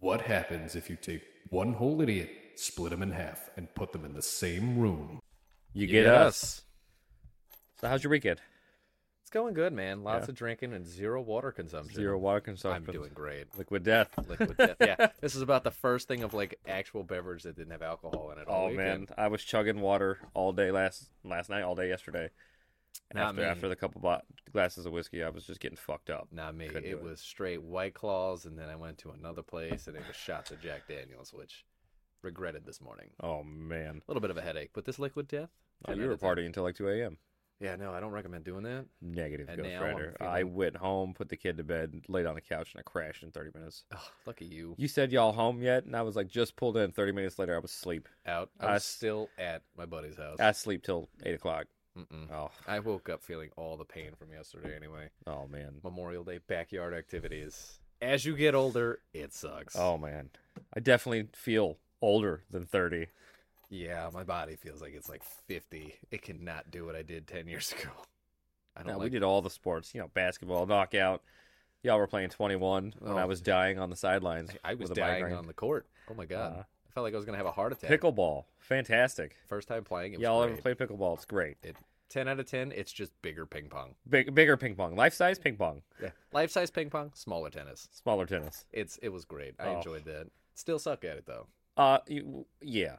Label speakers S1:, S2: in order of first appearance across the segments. S1: what happens if you take one whole idiot, split them in half, and put them in the same room.
S2: You,
S3: get us.
S2: So how's your weekend?
S3: It's going good, man. Lots
S2: Yeah.
S3: of drinking and zero water consumption.
S2: Zero water consumption.
S3: I'm doing great.
S2: liquid death.
S3: Liquid death. Yeah, this is about the first thing of like actual beverage that didn't have alcohol in it. all
S2: Oh man,
S3: weekend.
S2: I was chugging water all day last last night, all day yesterday. And
S3: Not
S2: after
S3: me.
S2: after the couple bot glasses of whiskey, I was just getting fucked up.
S3: Not me.
S2: Couldn't do
S3: It
S2: it.
S3: was straight White Claws, and then I went to another place, and it was shots of Jack Daniels, which regretted this morning.
S2: Oh man,
S3: A little bit of a headache, but this liquid death.
S2: oh,
S3: ten
S2: you
S3: out
S2: were
S3: of ten.
S2: partying until like two a.m.
S3: Yeah, no, I don't recommend doing that.
S2: Negative
S3: And
S2: Ghost
S3: now I'm
S2: Rider. I
S3: feeling-
S2: went home, put the kid to bed, laid on the couch, and I crashed in thirty minutes.
S3: Ugh, lucky you.
S2: You said y'all home yet? And I was like, just pulled in. Thirty minutes later, I was asleep.
S3: Out.
S2: I
S3: I was
S2: s-
S3: still at my buddy's house.
S2: I sleep till eight o'clock.
S3: Mm-mm.
S2: Oh,
S3: I woke up feeling all the pain from yesterday anyway.
S2: oh man,
S3: Memorial Day backyard activities. As you get older, it sucks.
S2: oh man. I definitely feel older than thirty.
S3: yeah, my body feels like it's like 50. It cannot do what I did 10 years ago. I don't
S2: No,
S3: like
S2: we did all the sports, you know, basketball, knockout. Y'all were playing 21 when I
S3: Oh.
S2: was dying on the sidelines.
S3: I, I was
S2: with a
S3: dying
S2: migraine.
S3: on the court. Oh my god.
S2: Uh,
S3: I felt like I was going to have a heart attack.
S2: Pickleball, fantastic.
S3: First time playing it was
S2: Y'all
S3: great.
S2: ever played pickleball? It's great.
S3: 10 out of 10, it's just bigger ping pong.
S2: Big, bigger ping pong, life size ping pong,
S3: Yeah. Life-size ping pong, smaller tennis.
S2: smaller tennis.
S3: It's it was great. I
S2: Oh.
S3: enjoyed that. Still suck at it though.
S2: Uh, you, yeah,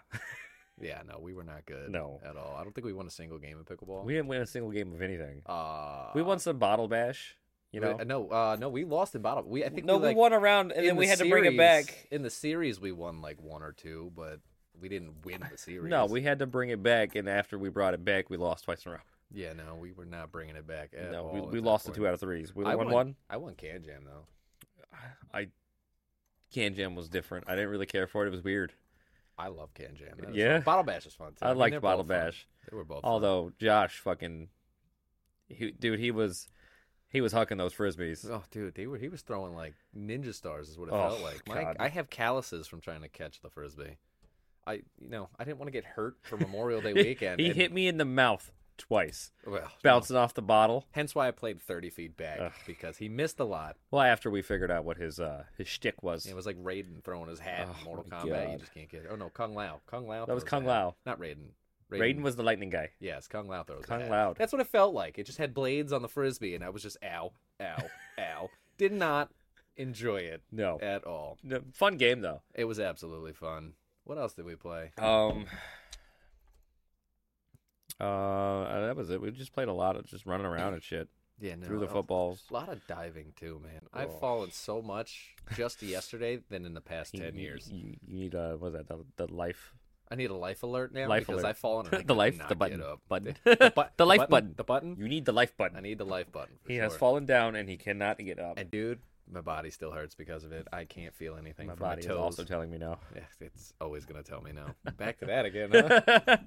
S3: Yeah, no, we were not good
S2: No.
S3: at all. I don't think we won a single game in pickleball.
S2: we didn't win a single game of anything.
S3: uh
S2: we won some bottle bash, you know.
S3: We, no, uh, no, we lost in bottom. We I think
S2: no,
S3: we, like,
S2: won a round and
S3: in
S2: then we
S3: the
S2: had to bring it back.
S3: series- In the series, we won like one or two, but we didn't win the series.
S2: No, we had to bring it back, and after we brought it back, we lost twice in a row.
S3: yeah, no, we were not bringing it back. At
S2: no,
S3: all
S2: we,
S3: at
S2: we
S3: that
S2: lost the
S3: point.
S2: two out of threes. We
S3: I
S2: won
S3: won-
S2: one.
S3: I won Can Jam though.
S2: I Can Jam was different. I didn't really care for it. It was weird.
S3: I love Can Jam. That was
S2: Yeah.
S3: fun. Bottle Bash was fun too.
S2: I
S3: mean,
S2: liked
S3: they're both
S2: Bottle
S3: fun.
S2: Bash.
S3: They were both. fun.
S2: Although Josh fucking he, dude, he was he was hucking those frisbees.
S3: Oh, dude, they were. He was throwing like ninja stars, is what it
S2: Oh,
S3: felt like. Mike,
S2: God.
S3: I have calluses from trying to catch the frisbee. I, you know, I didn't want to get hurt for Memorial Day weekend.
S2: he
S3: and-
S2: hit me in the mouth twice,
S3: Well,
S2: bouncing off the bottle.
S3: Hence why I played 30 feet back
S2: Ugh.
S3: because he missed a lot.
S2: Well, after we figured out what his uh his shtick was.
S3: It was like Raiden throwing his hat
S2: Oh,
S3: in Mortal
S2: my
S3: Kombat. You
S2: God.
S3: just can't get it. Oh no, Kung Lao. Kung Lao.
S2: That was
S3: throws
S2: Kung
S3: the hat.
S2: Lao.
S3: Not Raiden.
S2: Raiden was the lightning guy.
S3: Yes, Kung Lao throws. the
S2: Kung
S3: hat.
S2: Lao.
S3: That's what it felt like. It just had blades on the frisbee, and I was just ow, ow, ow. Did not enjoy it
S2: No.
S3: at all.
S2: No, fun game though.
S3: It was absolutely fun. What else did we play?
S2: Um uh that was it. We just played a lot of just running around and shit.
S3: Yeah, no.
S2: through the
S3: oh,
S2: footballs.
S3: A lot of diving too, man. I've
S2: Oh.
S3: fallen so much just yesterday than in the past
S2: You-
S3: ten
S2: you-
S3: years.
S2: You, you need uh, what is that the, the life
S3: I need a life alert now
S2: Life
S3: because
S2: alert.
S3: I've fallen. and I
S2: the life
S3: could
S2: the
S3: not
S2: button
S3: get up.
S2: button
S3: The, bu-
S2: the life
S3: button,
S2: button.
S3: The button.
S2: You need the life button.
S3: I need the life button. For
S2: he
S3: sure.
S2: has fallen down and he cannot get up.
S3: And dude, my body still hurts because of it. I can't feel anything
S2: My
S3: from
S2: body
S3: my
S2: is
S3: toes.
S2: also telling me no.
S3: Yeah, it's always gonna tell me no. Back to that again. Huh?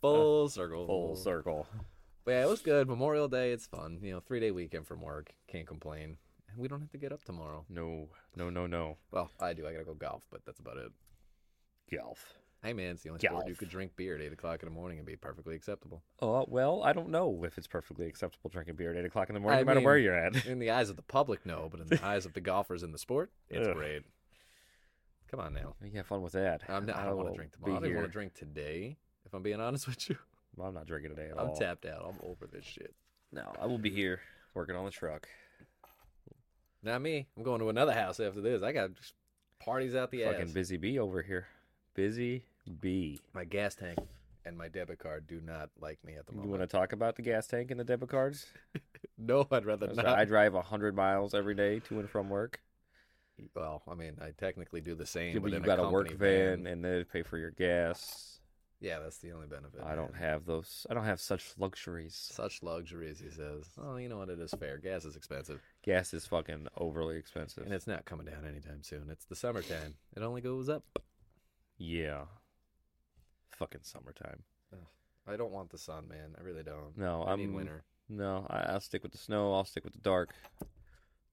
S3: Full circle.
S2: Uh, Full circle.
S3: But yeah, it was good. Memorial Day. It's fun. You know, three day weekend from work. Can't complain. And we don't have to get up tomorrow.
S2: No, no, no, no.
S3: Well, I do. I gotta go golf, but that's about it.
S2: Golf.
S3: Hey man, it's the only sport you
S2: Golf.
S3: could drink beer at eight o'clock in the morning and be perfectly acceptable.
S2: Uh, well, I don't know if it's perfectly acceptable drinking beer at eight o'clock in the morning,
S3: I
S2: no matter where
S3: mean-
S2: you're at.
S3: In the eyes of the public, no, but in the eyes of the golfers in the sport, it's
S2: Ugh.
S3: great. Come on now.
S2: You have fun with that.
S3: I'm not, I don't want
S2: will
S3: to drink
S2: be
S3: tomorrow. I don't want
S2: here.
S3: to drink today. If I'm being honest with you,
S2: I'm not drinking today at
S3: I'm
S2: all.
S3: tapped out. I'm over this shit.
S2: No, I will be here working on the truck.
S3: Not me. I'm going to another house after this. I got just parties out the
S2: Fucking
S3: ass.
S2: busy bee over here. Busy bee.
S3: My gas tank and my debit card do not like me at the
S2: You want
S3: moment.
S2: to talk about the gas tank and the debit cards?
S3: No, I'd rather
S2: That's
S3: not.
S2: right. I drive 100 miles every day to and from work.
S3: Well, I mean, I technically do the same.
S2: Yeah,
S3: but
S2: but you
S3: in
S2: got a
S3: company
S2: work van, and they pay for your gas.
S3: Yeah, that's the only benefit.
S2: I don't
S3: man.
S2: have those. I don't have such luxuries.
S3: such luxuries. He says, "Oh, you know what? It is fair. Gas is expensive,
S2: Gas is fucking overly expensive.
S3: and it's not coming down anytime soon. It's the summertime. It only goes up.
S2: yeah. Fucking summertime.
S3: I don't want the sun, man. I really don't.
S2: No,
S3: I
S2: I'm
S3: need winter.
S2: No, I, I'll stick with the snow. I'll stick with the dark.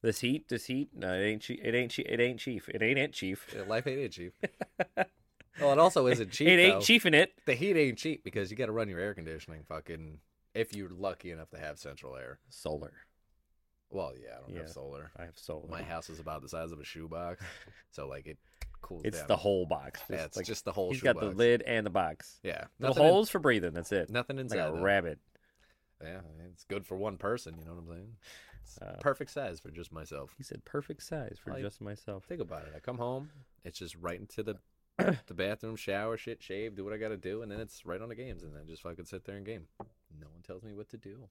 S2: This heat, this heat. No, it ain't. Che- it ain't. Che- it ain't chief. It ain't it chief.
S3: Yeah, life ain't it cheap. well, it also isn't cheap.
S2: it ain't
S3: though.
S2: chiefing it.
S3: The heat ain't cheap because you got to run your air conditioning fucking if you're lucky enough to have central air.
S2: Solar.
S3: Well, yeah, I don't have
S2: Yeah.
S3: solar.
S2: I have solar.
S3: My house is about the size of a shoebox, so like it cools
S2: it's
S3: down.
S2: the whole box.
S3: yeah, it's
S2: like,
S3: just the whole.
S2: He's got the
S3: shoebox.
S2: lid and the box.
S3: Yeah,
S2: The
S3: nothing in-
S2: holes for breathing. That's it.
S3: nothing
S2: Like
S3: inside.
S2: a
S3: though.
S2: rabbit.
S3: Yeah, I mean, it's good for one person. You know what I'm saying? It's
S2: Uh,
S3: perfect size for just myself.
S2: He said perfect size for
S3: Like-
S2: just myself.
S3: Think about it. I come home, it's just right into the the bathroom, shower, shit, shave, do what I gotta do, and then it's right on the games, and then I just fucking sit there and game. No one tells me what to do.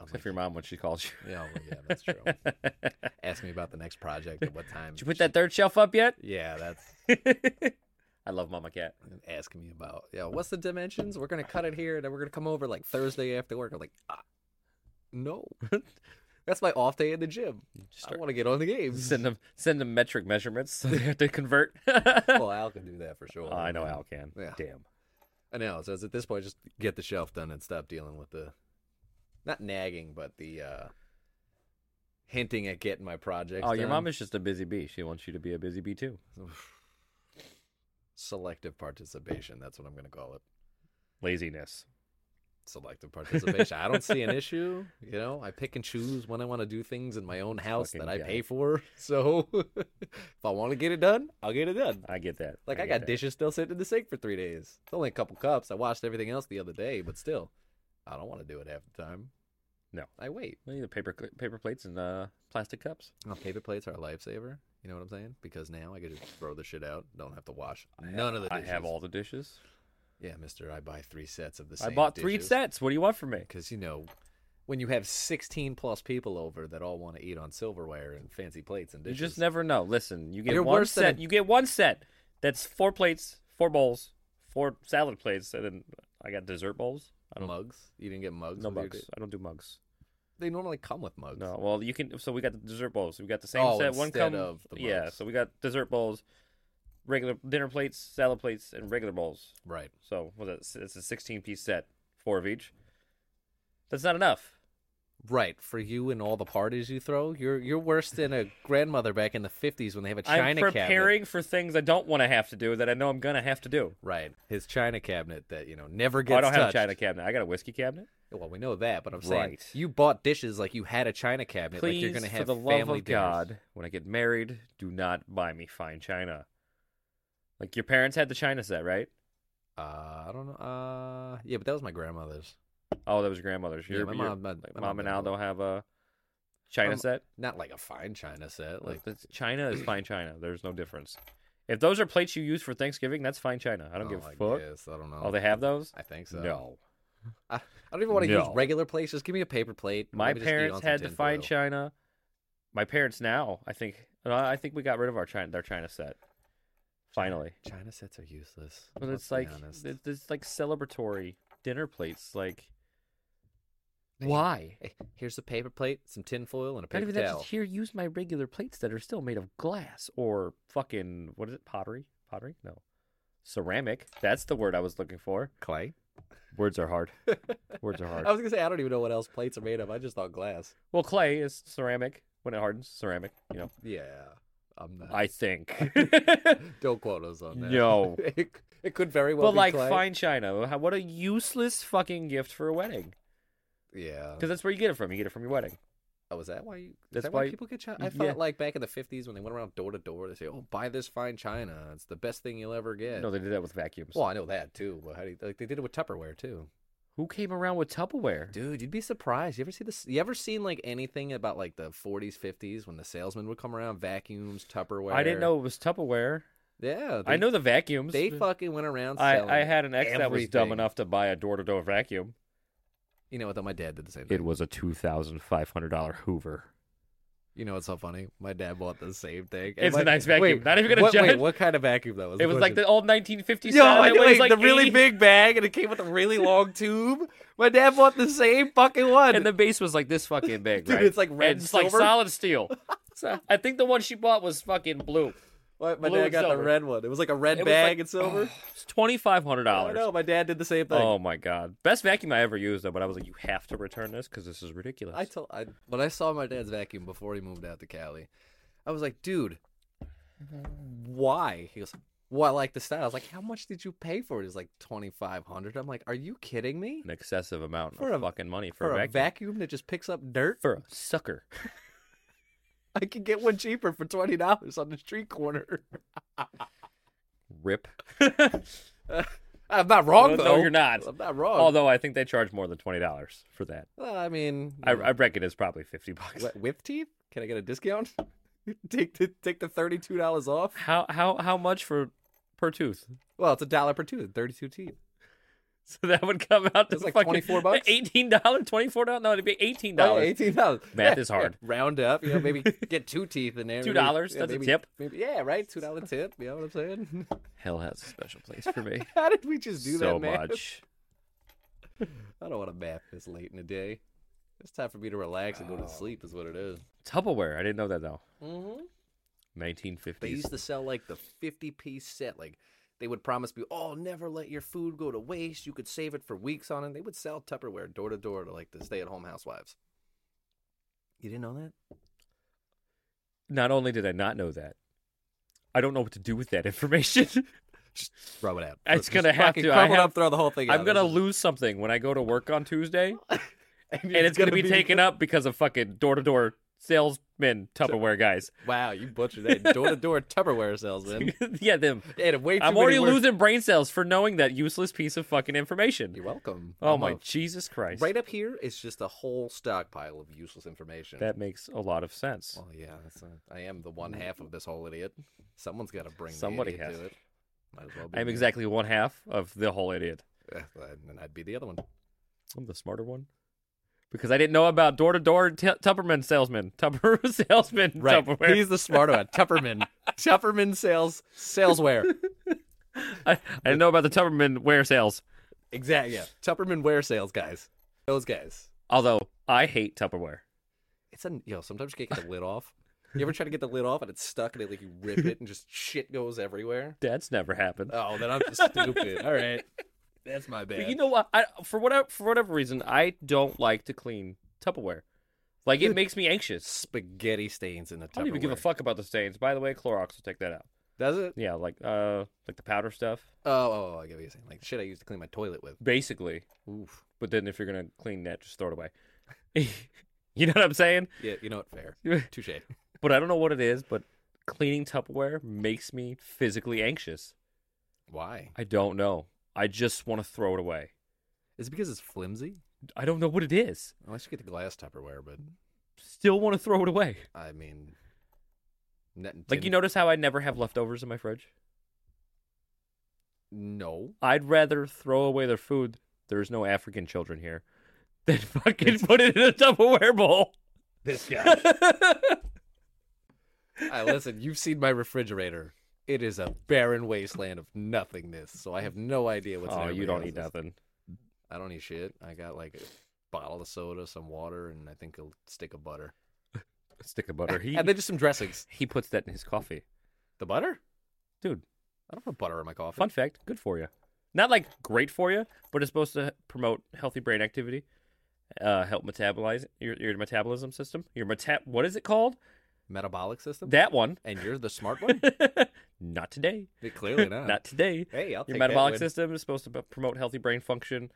S3: I'm
S2: Except
S3: like,
S2: for your mom when she calls you.
S3: Yeah, well, yeah, that's true.
S2: Did
S3: Ask me about the next project at what time.
S2: you put
S3: she-
S2: that third shelf up yet?
S3: Yeah, that's
S2: I love Mama Cat.
S3: and asking me about.
S2: Oh.
S3: Yeah, what's the dimensions? We're gonna cut it here, and then we're gonna come over like Thursday after work. I'm like, ah, no, that's my off day in the gym.
S2: Just
S3: I
S2: start-
S3: want to get on the games.
S2: send them send them metric measurements so they have to convert.
S3: well, Al can do that for sure.
S2: I know Al can.
S3: Yeah.
S2: Damn.
S3: I know. So it's at this point, just get the shelf done and stop dealing with the, not nagging, but the uh hinting at getting my projects.
S2: Oh, your
S3: done.
S2: mom is just a busy bee. She wants you to be a busy bee too.
S3: selective participation. That's what I'm going to call it.
S2: Laziness.
S3: Selective participation. I don't see an issue. You know, I pick and choose when I want to do things in my own house
S2: Fucking
S3: that I
S2: guy.
S3: pay for. So if I want to get it done, I'll get it done.
S2: I get that.
S3: Like I,
S2: get
S3: got
S2: that.
S3: dishes still sitting in the sink for three days. It's only a couple cups. I washed everything else the other day, but still, I don't want to do it half the time.
S2: No.
S3: I wait.
S2: We need the paper cl- paper plates and uh, plastic cups.
S3: Well, paper plates are a lifesaver. You know what I'm saying? Because now I could just throw the shit out. Don't have to wash none of the.
S2: I
S3: Dishes.
S2: have all the dishes.
S3: Yeah, Mister, I buy three sets of the.
S2: I
S3: same
S2: bought three
S3: dishes.
S2: sets. What do you want from me?
S3: Because you know, when you have 16 plus people over that all want to eat on silverware and fancy plates and
S2: You
S3: dishes,
S2: just never know. Listen, you get
S3: You're
S2: one
S3: worse than
S2: set.
S3: a-
S2: You get one set. That's four plates, four bowls, four salad plates, and then I got dessert bowls. I don't
S3: mugs. You didn't get mugs.
S2: no
S3: with your
S2: mugs.
S3: di-
S2: I don't do mugs.
S3: They normally come with mugs.
S2: No. Well, you can. So we got the dessert bowls. We got the same
S3: Oh,
S2: set. One
S3: instead
S2: come.
S3: of the
S2: yeah.
S3: mugs.
S2: So we got dessert bowls, regular dinner plates, salad plates, and regular bowls.
S3: Right.
S2: So what is that? It's a sixteen-piece set, four of each. That's not enough.
S3: Right. For you and all the parties you throw, you're you're worse than a grandmother back in the 50s when they have a
S2: I'm
S3: china cabinet.
S2: preparing for things I don't want to have to do that I know I'm gonna have to do.
S3: Right. His china cabinet that, you know, never
S2: Oh,
S3: gets
S2: I don't have a
S3: touched.
S2: china cabinet. I got a whiskey cabinet.
S3: Well, we know that, but I'm saying
S2: Right.
S3: you bought dishes like you had a china cabinet,
S2: Please,
S3: like you're going to have
S2: for the love
S3: family
S2: of
S3: dinners.
S2: God, when I get married, do not buy me fine china. Like your parents had the china set, right?
S3: Uh, I don't know. Uh, yeah, but that was my grandmother's.
S2: Oh, that was your grandmother's.
S3: Yeah,
S2: Your,
S3: my
S2: your-
S3: mom- my-
S2: like,
S3: my
S2: mom
S3: mom
S2: and
S3: did
S2: Al
S3: that.
S2: don't have a china
S3: Um,
S2: set.
S3: Not like a fine china set, like
S2: Like that's- china is fine china. There's no difference. If those are plates you use for Thanksgiving, that's fine china. I don't give a fuck.
S3: Yes, oh, I don't know.
S2: Oh, they have those?
S3: I think so.
S2: No.
S3: I, I don't even want to use
S2: No.
S3: regular plates. Just give me a paper plate.
S2: My
S3: Let me just eat
S2: parents
S3: on some
S2: had to
S3: tin
S2: find
S3: foil.
S2: china. My parents now, I think, no, I think we got rid of our china, their china set. Finally,
S3: China sets are useless.
S2: but
S3: let's
S2: it's
S3: be
S2: like
S3: honest.
S2: it- it's like celebratory dinner plates. Like,
S3: Hey,
S2: why?
S3: Hey, here's a paper plate, some tin foil, and a
S2: Not
S3: paper
S2: even that.
S3: towel.
S2: Just here, use my regular plates that are still made of glass or fucking what is it? Pottery? Pottery? No, ceramic. That's the word I was looking for.
S3: Clay.
S2: Words are hard. Words are
S3: I
S2: hard.
S3: was gonna say I don't even know what else plates are made of. I just thought glass.
S2: Well, clay is ceramic when it hardens. Ceramic, you know.
S3: Yeah, I'm not.
S2: I think.
S3: don't quote us on that.
S2: No.
S3: it, it could very well.
S2: but
S3: be
S2: like
S3: clay.
S2: fine china how, what a useless fucking gift for a wedding
S3: Yeah.
S2: because that's where you get it from you get it from your wedding
S3: Oh, is that why you? Is
S2: That's
S3: that
S2: why-
S3: why people get china? I
S2: Yeah.
S3: thought like back in the fifties when they went around door to door, they say, "Oh, buy this fine china. It's the best thing you'll ever get."
S2: no they did that with vacuums
S3: Well, I know that too. But how do you, like they did it with Tupperware too?
S2: who came around with tupperware
S3: Dude, you'd be surprised. You ever see this? You ever seen like anything about like the 40s, 50s when the salesman would come around vacuums, Tupperware?
S2: i didn't know it was tupperware
S3: Yeah,
S2: i know the vacuums
S3: they fucking went around.
S2: I,
S3: Selling
S2: I had an ex that was dumb
S3: everything.
S2: enough to buy a door-to-door vacuum
S3: You know what? Though my dad did the same thing.
S2: it was a $2500 hoover
S3: You know what's so funny? My dad bought the same thing.
S2: It's
S3: my-
S2: a nice vacuum. Not even gonna
S3: what,
S2: judge.
S3: Wait, what kind of vacuum though?
S2: it was like the old 1950s
S3: Yo,
S2: style.
S3: I
S2: It
S3: know,
S2: weighs
S3: like, the
S2: like E
S3: really
S2: 80,
S3: big bag, and it came with a really long tube. My dad bought the same fucking one.
S2: and the base was like this fucking big
S3: Dude,
S2: right?
S3: it's like red
S2: And it's like
S3: silver.
S2: solid steel So, i think the one she bought was fucking blue
S3: my my
S2: blue
S3: dad
S2: and
S3: got
S2: silver.
S3: the red one. It was like a red
S2: It was like-
S3: bag
S2: oh,
S3: and silver.
S2: it's $2500
S3: I know. My dad did the same thing.
S2: Oh my god, best vacuum I ever used though. But I was like, you have to return this because this is ridiculous.
S3: I told I when I saw my dad's vacuum before he moved out to Cali, I was like, dude, why? He goes, Well, I like the style. I was like, how much did you pay for it? It's like twenty five hundred. I'm like, are you kidding me?
S2: An excessive amount
S3: For
S2: of
S3: a-
S2: fucking money for,
S3: For,
S2: a
S3: a
S2: vacuum.
S3: vacuum that just picks up dirt,
S2: for a sucker.
S3: I could get one cheaper for twenty dollars on the street corner.
S2: Rip.
S3: I'm not wrong
S2: No, no,
S3: though.
S2: you're not.
S3: I'm not wrong.
S2: Although I think they charge more than twenty dollars for that.
S3: well, I mean,
S2: I, I reckon it's probably fifty bucks.
S3: Wh- with teeth? Can I get a discount? take the take the thirty two dollars off.
S2: How how how much for per tooth?
S3: Well, it's a dollar per tooth, thirty two teeth.
S2: So that would come out to
S3: It's like
S2: fucking
S3: 24 bucks?
S2: eighteen dollar, twenty four dollar. No, it'd be eighteen
S3: Oh,
S2: dollars.
S3: yeah, eighteen dollars.
S2: Math is hard.
S3: round up, you know, maybe get two teeth in there. maybe-
S2: $2, that's a
S3: maybe-
S2: tip.
S3: maybe- yeah, right. Two dollar tip. You know what I'm saying?
S2: Hell has a special place for me.
S3: How did we just do
S2: so
S3: that, man?
S2: much.
S3: I don't want to bath this late in the day. It's time for me to relax and go to sleep. Is what it is.
S2: Tupperware. I didn't know that though.
S3: Mm-hmm.
S2: Nineteen
S3: They
S2: fifties.
S3: used to sell like the 50 piece set. Like they would promise me, oh, never let your food go to waste. You could save it for weeks on end. They would sell Tupperware door to door to like the stay at home housewives. You didn't know that?
S2: Not only did I not know that, I don't know what to do with that information.
S3: Throw it out.
S2: It's
S3: Just
S2: gonna have
S3: fucking
S2: to. I
S3: Crumple it
S2: have-
S3: up, throw the whole thing out.
S2: I'm gonna
S3: This is-
S2: lose something when I go to work on Tuesday, and
S3: you're
S2: it's gonna, be, taken up because of fucking door to door salesmen Tupperware guys.
S3: Wow, you butchered that. Door to door Tupperware salesman.
S2: yeah, them.
S3: It way too
S2: I'm already
S3: many words.
S2: losing brain cells for knowing that useless piece of fucking information.
S3: You're welcome.
S2: Oh
S3: I'm
S2: my
S3: a-
S2: Jesus Christ!
S3: Right up here is just a whole stockpile of useless information.
S2: That makes a lot of sense.
S3: Well, yeah, that's a, I am the one half of this whole idiot. Someone's got to bring
S2: Somebody
S3: the idiot
S2: has.
S3: to it. Might as well be
S2: I'm
S3: me.
S2: exactly one half of the whole idiot.
S3: Eh, and then I'd be the other one.
S2: I'm the smarter one because I didn't know about door to door Tupperman salesman, Tupper salesman, Tupperware.
S3: He's the smarter one. Tupperman. Tupperman sales salesware.
S2: I, I didn't know about the Tupperman wear sales.
S3: exactly. Yeah. Tupperman wear sales guys. Those guys.
S2: Although I hate Tupperware.
S3: It's a yo. Sometimes you can't get the lid off. You ever try to get the lid off and it's stuck and it like you rip it and just shit goes everywhere?
S2: That's never happened.
S3: Oh, then I'm just stupid. All right. That's my bad.
S2: But you know what? I, for whatever for whatever reason, I don't like to clean Tupperware. Like it
S3: Dude.
S2: makes me anxious.
S3: spaghetti stains in the Tupperware.
S2: I don't even give a fuck about the stains. By the way, Clorox will take that out.
S3: Does it?
S2: Yeah, like uh, like the powder stuff,
S3: Oh, oh, oh, I get what you're saying. Like shit I used to clean my toilet with.
S2: basically.
S3: Oof.
S2: But then if you're gonna clean that, just throw it away. you know what I'm saying?
S3: Yeah, you know what? Fair. Touche.
S2: But I don't know what it is. But cleaning Tupperware makes me physically anxious.
S3: Why?
S2: I don't know. I just want to throw it away.
S3: Is it because it's flimsy?
S2: I don't know what it is.
S3: Unless you get the glass Tupperware, but
S2: Still want to throw it away.
S3: I mean,
S2: Like you notice how I never have leftovers in my fridge.
S3: no.
S2: I'd rather throw away their food. There's no African children here. Than fucking put it in a Tupperware bowl.
S3: This
S2: yeah.
S3: listen, you've seen my refrigerator. It is a barren wasteland of nothingness. So I have no idea what's. in
S2: oh, you
S3: everybody
S2: don't need
S3: else's.
S2: nothing.
S3: I don't need shit. I got like a bottle of soda, some water, and I think a stick of butter,
S2: Stick of butter. He
S3: and then just some dressings.
S2: he puts that in his coffee.
S3: The butter?
S2: Dude,
S3: I don't put butter in my coffee.
S2: fun fact, good for you. Not like great for you, but it's supposed to promote healthy brain activity, uh, help metabolize your, your metabolism system. Your meta what is it called?
S3: Metabolic system.
S2: That one.
S3: And you're the smart one.
S2: Not today.
S3: Clearly not.
S2: Not today.
S3: Hey, I'll
S2: your
S3: take
S2: metabolic
S3: that win.
S2: system is supposed to b- promote healthy brain function.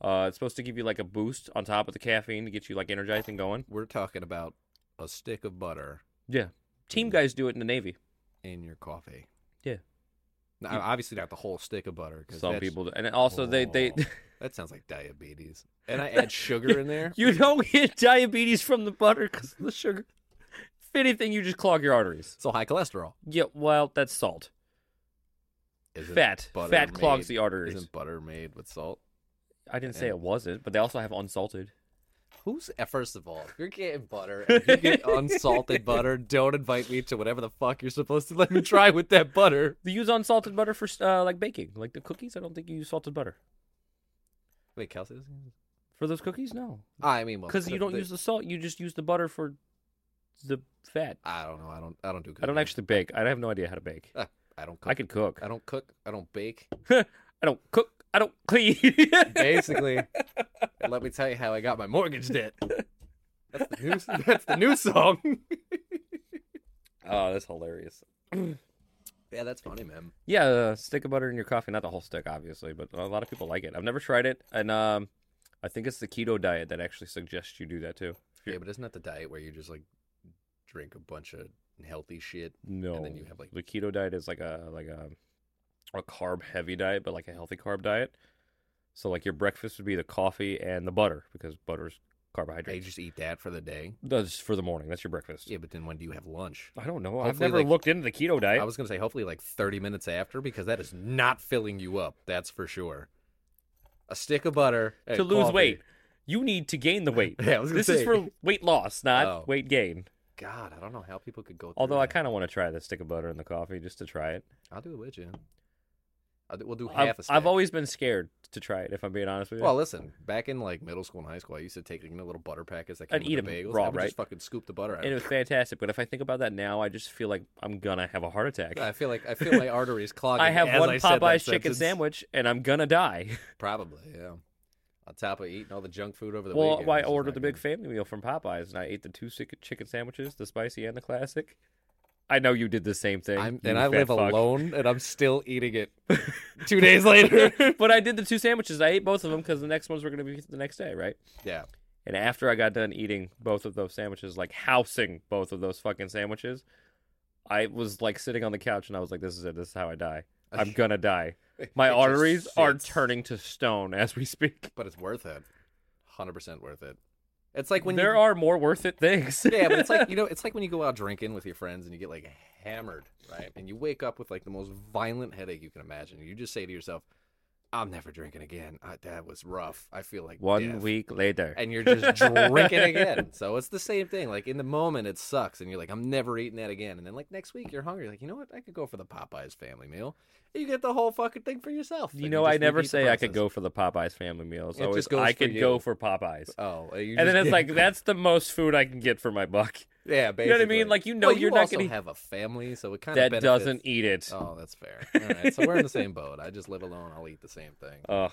S2: Uh, it's supposed to give you like a boost on top of the caffeine to get you like energized and going.
S3: We're talking about a stick of butter
S2: Yeah, Mm. team guys do it in the Navy.
S3: in your coffee.
S2: Yeah.
S3: Now, obviously not the whole stick of butter. 'cause
S2: Some
S3: that's-
S2: people, do. and also they they
S3: Oh, that sounds like diabetes. And I add sugar in there.
S2: you don't get diabetes from the butter because of the sugar. If anything, you just clog your arteries.
S3: So high cholesterol.
S2: Yeah, well, that's salt.
S3: Isn't
S2: Fat.
S3: butter
S2: Fat clogs
S3: made-
S2: the arteries.
S3: Isn't butter made with salt?
S2: I didn't say
S3: Yeah.
S2: it wasn't, but they also have unsalted.
S3: Who's uh, first of all, if you're getting butter and you get unsalted butter, don't invite me to whatever the fuck you're supposed to let me try with that butter.
S2: They use unsalted butter for uh, like baking, like the cookies. I don't think you use salted butter
S3: Wait, Kelsey? doesn't use-
S2: for those cookies. No,
S3: I mean, well,
S2: because you don't use the salt. You just use the butter for the fat.
S3: I don't know. I don't. I don't do. Cooking.
S2: I don't actually bake. I have no idea how to bake.
S3: Ah, I don't. Cook.
S2: I can cook.
S3: I don't cook. I don't bake.
S2: I don't cook. I don't clean.
S3: Basically, let me tell you how I got my mortgage debt. That's the new, that's the new song.
S2: oh, that's hilarious.
S3: Yeah, that's funny, man.
S2: Yeah, uh, stick of butter in your coffee. Not the whole stick, obviously, but a lot of people like it. I've never tried it, and um, I think it's the keto diet that actually suggests you do that too.
S3: Yeah, but isn't that the diet where you just like drink a bunch of healthy shit?
S2: No,
S3: And then you have like
S2: the keto diet is like a like a a carb heavy diet, but like a healthy carb diet. So like your breakfast would be the coffee and the butter because butter's
S3: I
S2: carbohydrates.
S3: just eat that for the day.
S2: That's for the morning. That's your breakfast.
S3: Yeah, but then when do you have lunch?
S2: I don't know. I've
S3: Hopefully,
S2: never
S3: like-
S2: looked into the keto diet.
S3: I was gonna say hopefully like thirty minutes after because that is not filling you up. That's for sure. A stick of butter
S2: to
S3: and
S2: lose
S3: coffee.
S2: weight, you need to gain the weight.
S3: Yeah, I was gonna
S2: this
S3: say.
S2: is for weight loss, not
S3: Oh.
S2: weight gain.
S3: God, I don't know how people could go. Through
S2: Although I
S3: that.
S2: kind of want to try the stick of butter in the coffee just to try it.
S3: I'll do it with you. I'll do, we'll do half
S2: I've,
S3: a stack.
S2: I've always been scared to try it. If I'm being honest with you,
S3: Well, listen. Back in like middle school and high school, I used to take like, you know, little butter packets that came
S2: I'd
S3: with
S2: eat
S3: the
S2: 'em
S3: bagels.
S2: raw,
S3: I would
S2: right?
S3: just fucking scoop the butter out.
S2: and it was fantastic. But if I think about that now, I just feel like I'm gonna have a heart attack.
S3: I feel like I feel my arteries clogging.
S2: I have
S3: as
S2: one
S3: I said that
S2: Popeye's chicken
S3: sentence.
S2: sandwich, and I'm gonna die.
S3: Probably, yeah. On top of eating all the junk food over the
S2: well,
S3: weekend.
S2: I
S3: which is
S2: ordered
S3: not
S2: the big
S3: good.
S2: family meal from Popeyes, and I ate the two sick- chicken sandwiches, the spicy and the classic. I know you did the same thing,
S3: I'm,
S2: you
S3: and I
S2: fat
S3: live
S2: fuck.
S3: alone, and I'm still eating it. Two days later.
S2: but I did the two sandwiches. I ate both of them because the next ones were going to be the next day, right?
S3: yeah.
S2: And after I got done eating both of those sandwiches, like housing both of those fucking sandwiches, I was like sitting on the couch and I was like, "This is it. This is how I die. I'm gonna die. My
S3: It just
S2: arteries are
S3: sits.
S2: turning to stone as we speak."
S3: but it's worth it. Hundred percent worth it. It's like when
S2: there
S3: you,
S2: are more worth it things.
S3: yeah, but it's like you know, it's like when you go out drinking with your friends and you get like hammered, right? And you wake up with like the most violent headache you can imagine. You just say to yourself, "I'm never drinking again. I, that was rough. I feel like
S2: One
S3: death."
S2: week later,
S3: and you're just drinking again. So it's the same thing. Like in the moment, it sucks, and you're like, I'm never eating that again. And then like next week, you're hungry. Like you know what? I could go for the Popeyes family meal. You get the whole fucking thing for yourself.
S2: you
S3: and
S2: know,
S3: just
S2: I never
S3: repeat the
S2: say I could
S3: process.
S2: go for the Popeyes family meal. It's
S3: It
S2: always
S3: just goes
S2: I
S3: for
S2: could
S3: you.
S2: go for Popeyes,
S3: Oh, you
S2: and then
S3: just-
S2: it's like that's the most food I can get for my buck.
S3: yeah, basically.
S2: You know what I mean? Like you know,
S3: Well,
S2: you're
S3: you
S2: not
S3: also
S2: gonna eat-
S3: have a family, so it kind
S2: that
S3: of
S2: doesn't eat it.
S3: Oh, that's fair. All right, so we're in the same boat. I just live alone. I'll eat the same thing.
S2: Ugh.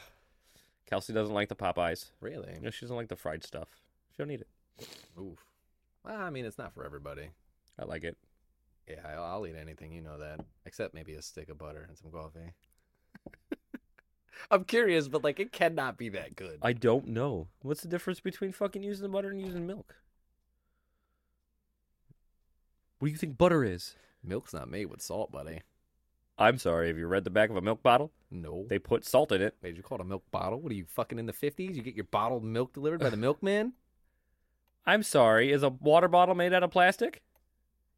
S2: Kelsey doesn't like the Popeyes.
S3: Really?
S2: No, she doesn't like the fried stuff. She don't eat it.
S3: Oof. Well, I mean, it's not for everybody.
S2: I like it.
S3: Yeah, I'll, I'll eat anything. You know that, except maybe a stick of butter and some coffee. I'm curious, but like it cannot be that good.
S2: I don't know. What's the difference between fucking using the butter and using milk? What do you think butter is?
S3: Milk's not made with salt, buddy.
S2: I'm sorry. Have you read the back of a milk bottle?
S3: No.
S2: They put salt in it.
S3: Wait, you call it a milk bottle? What are you fucking in the fifties? You get your bottled milk delivered by the milkman?
S2: I'm sorry. Is a water bottle made out of plastic?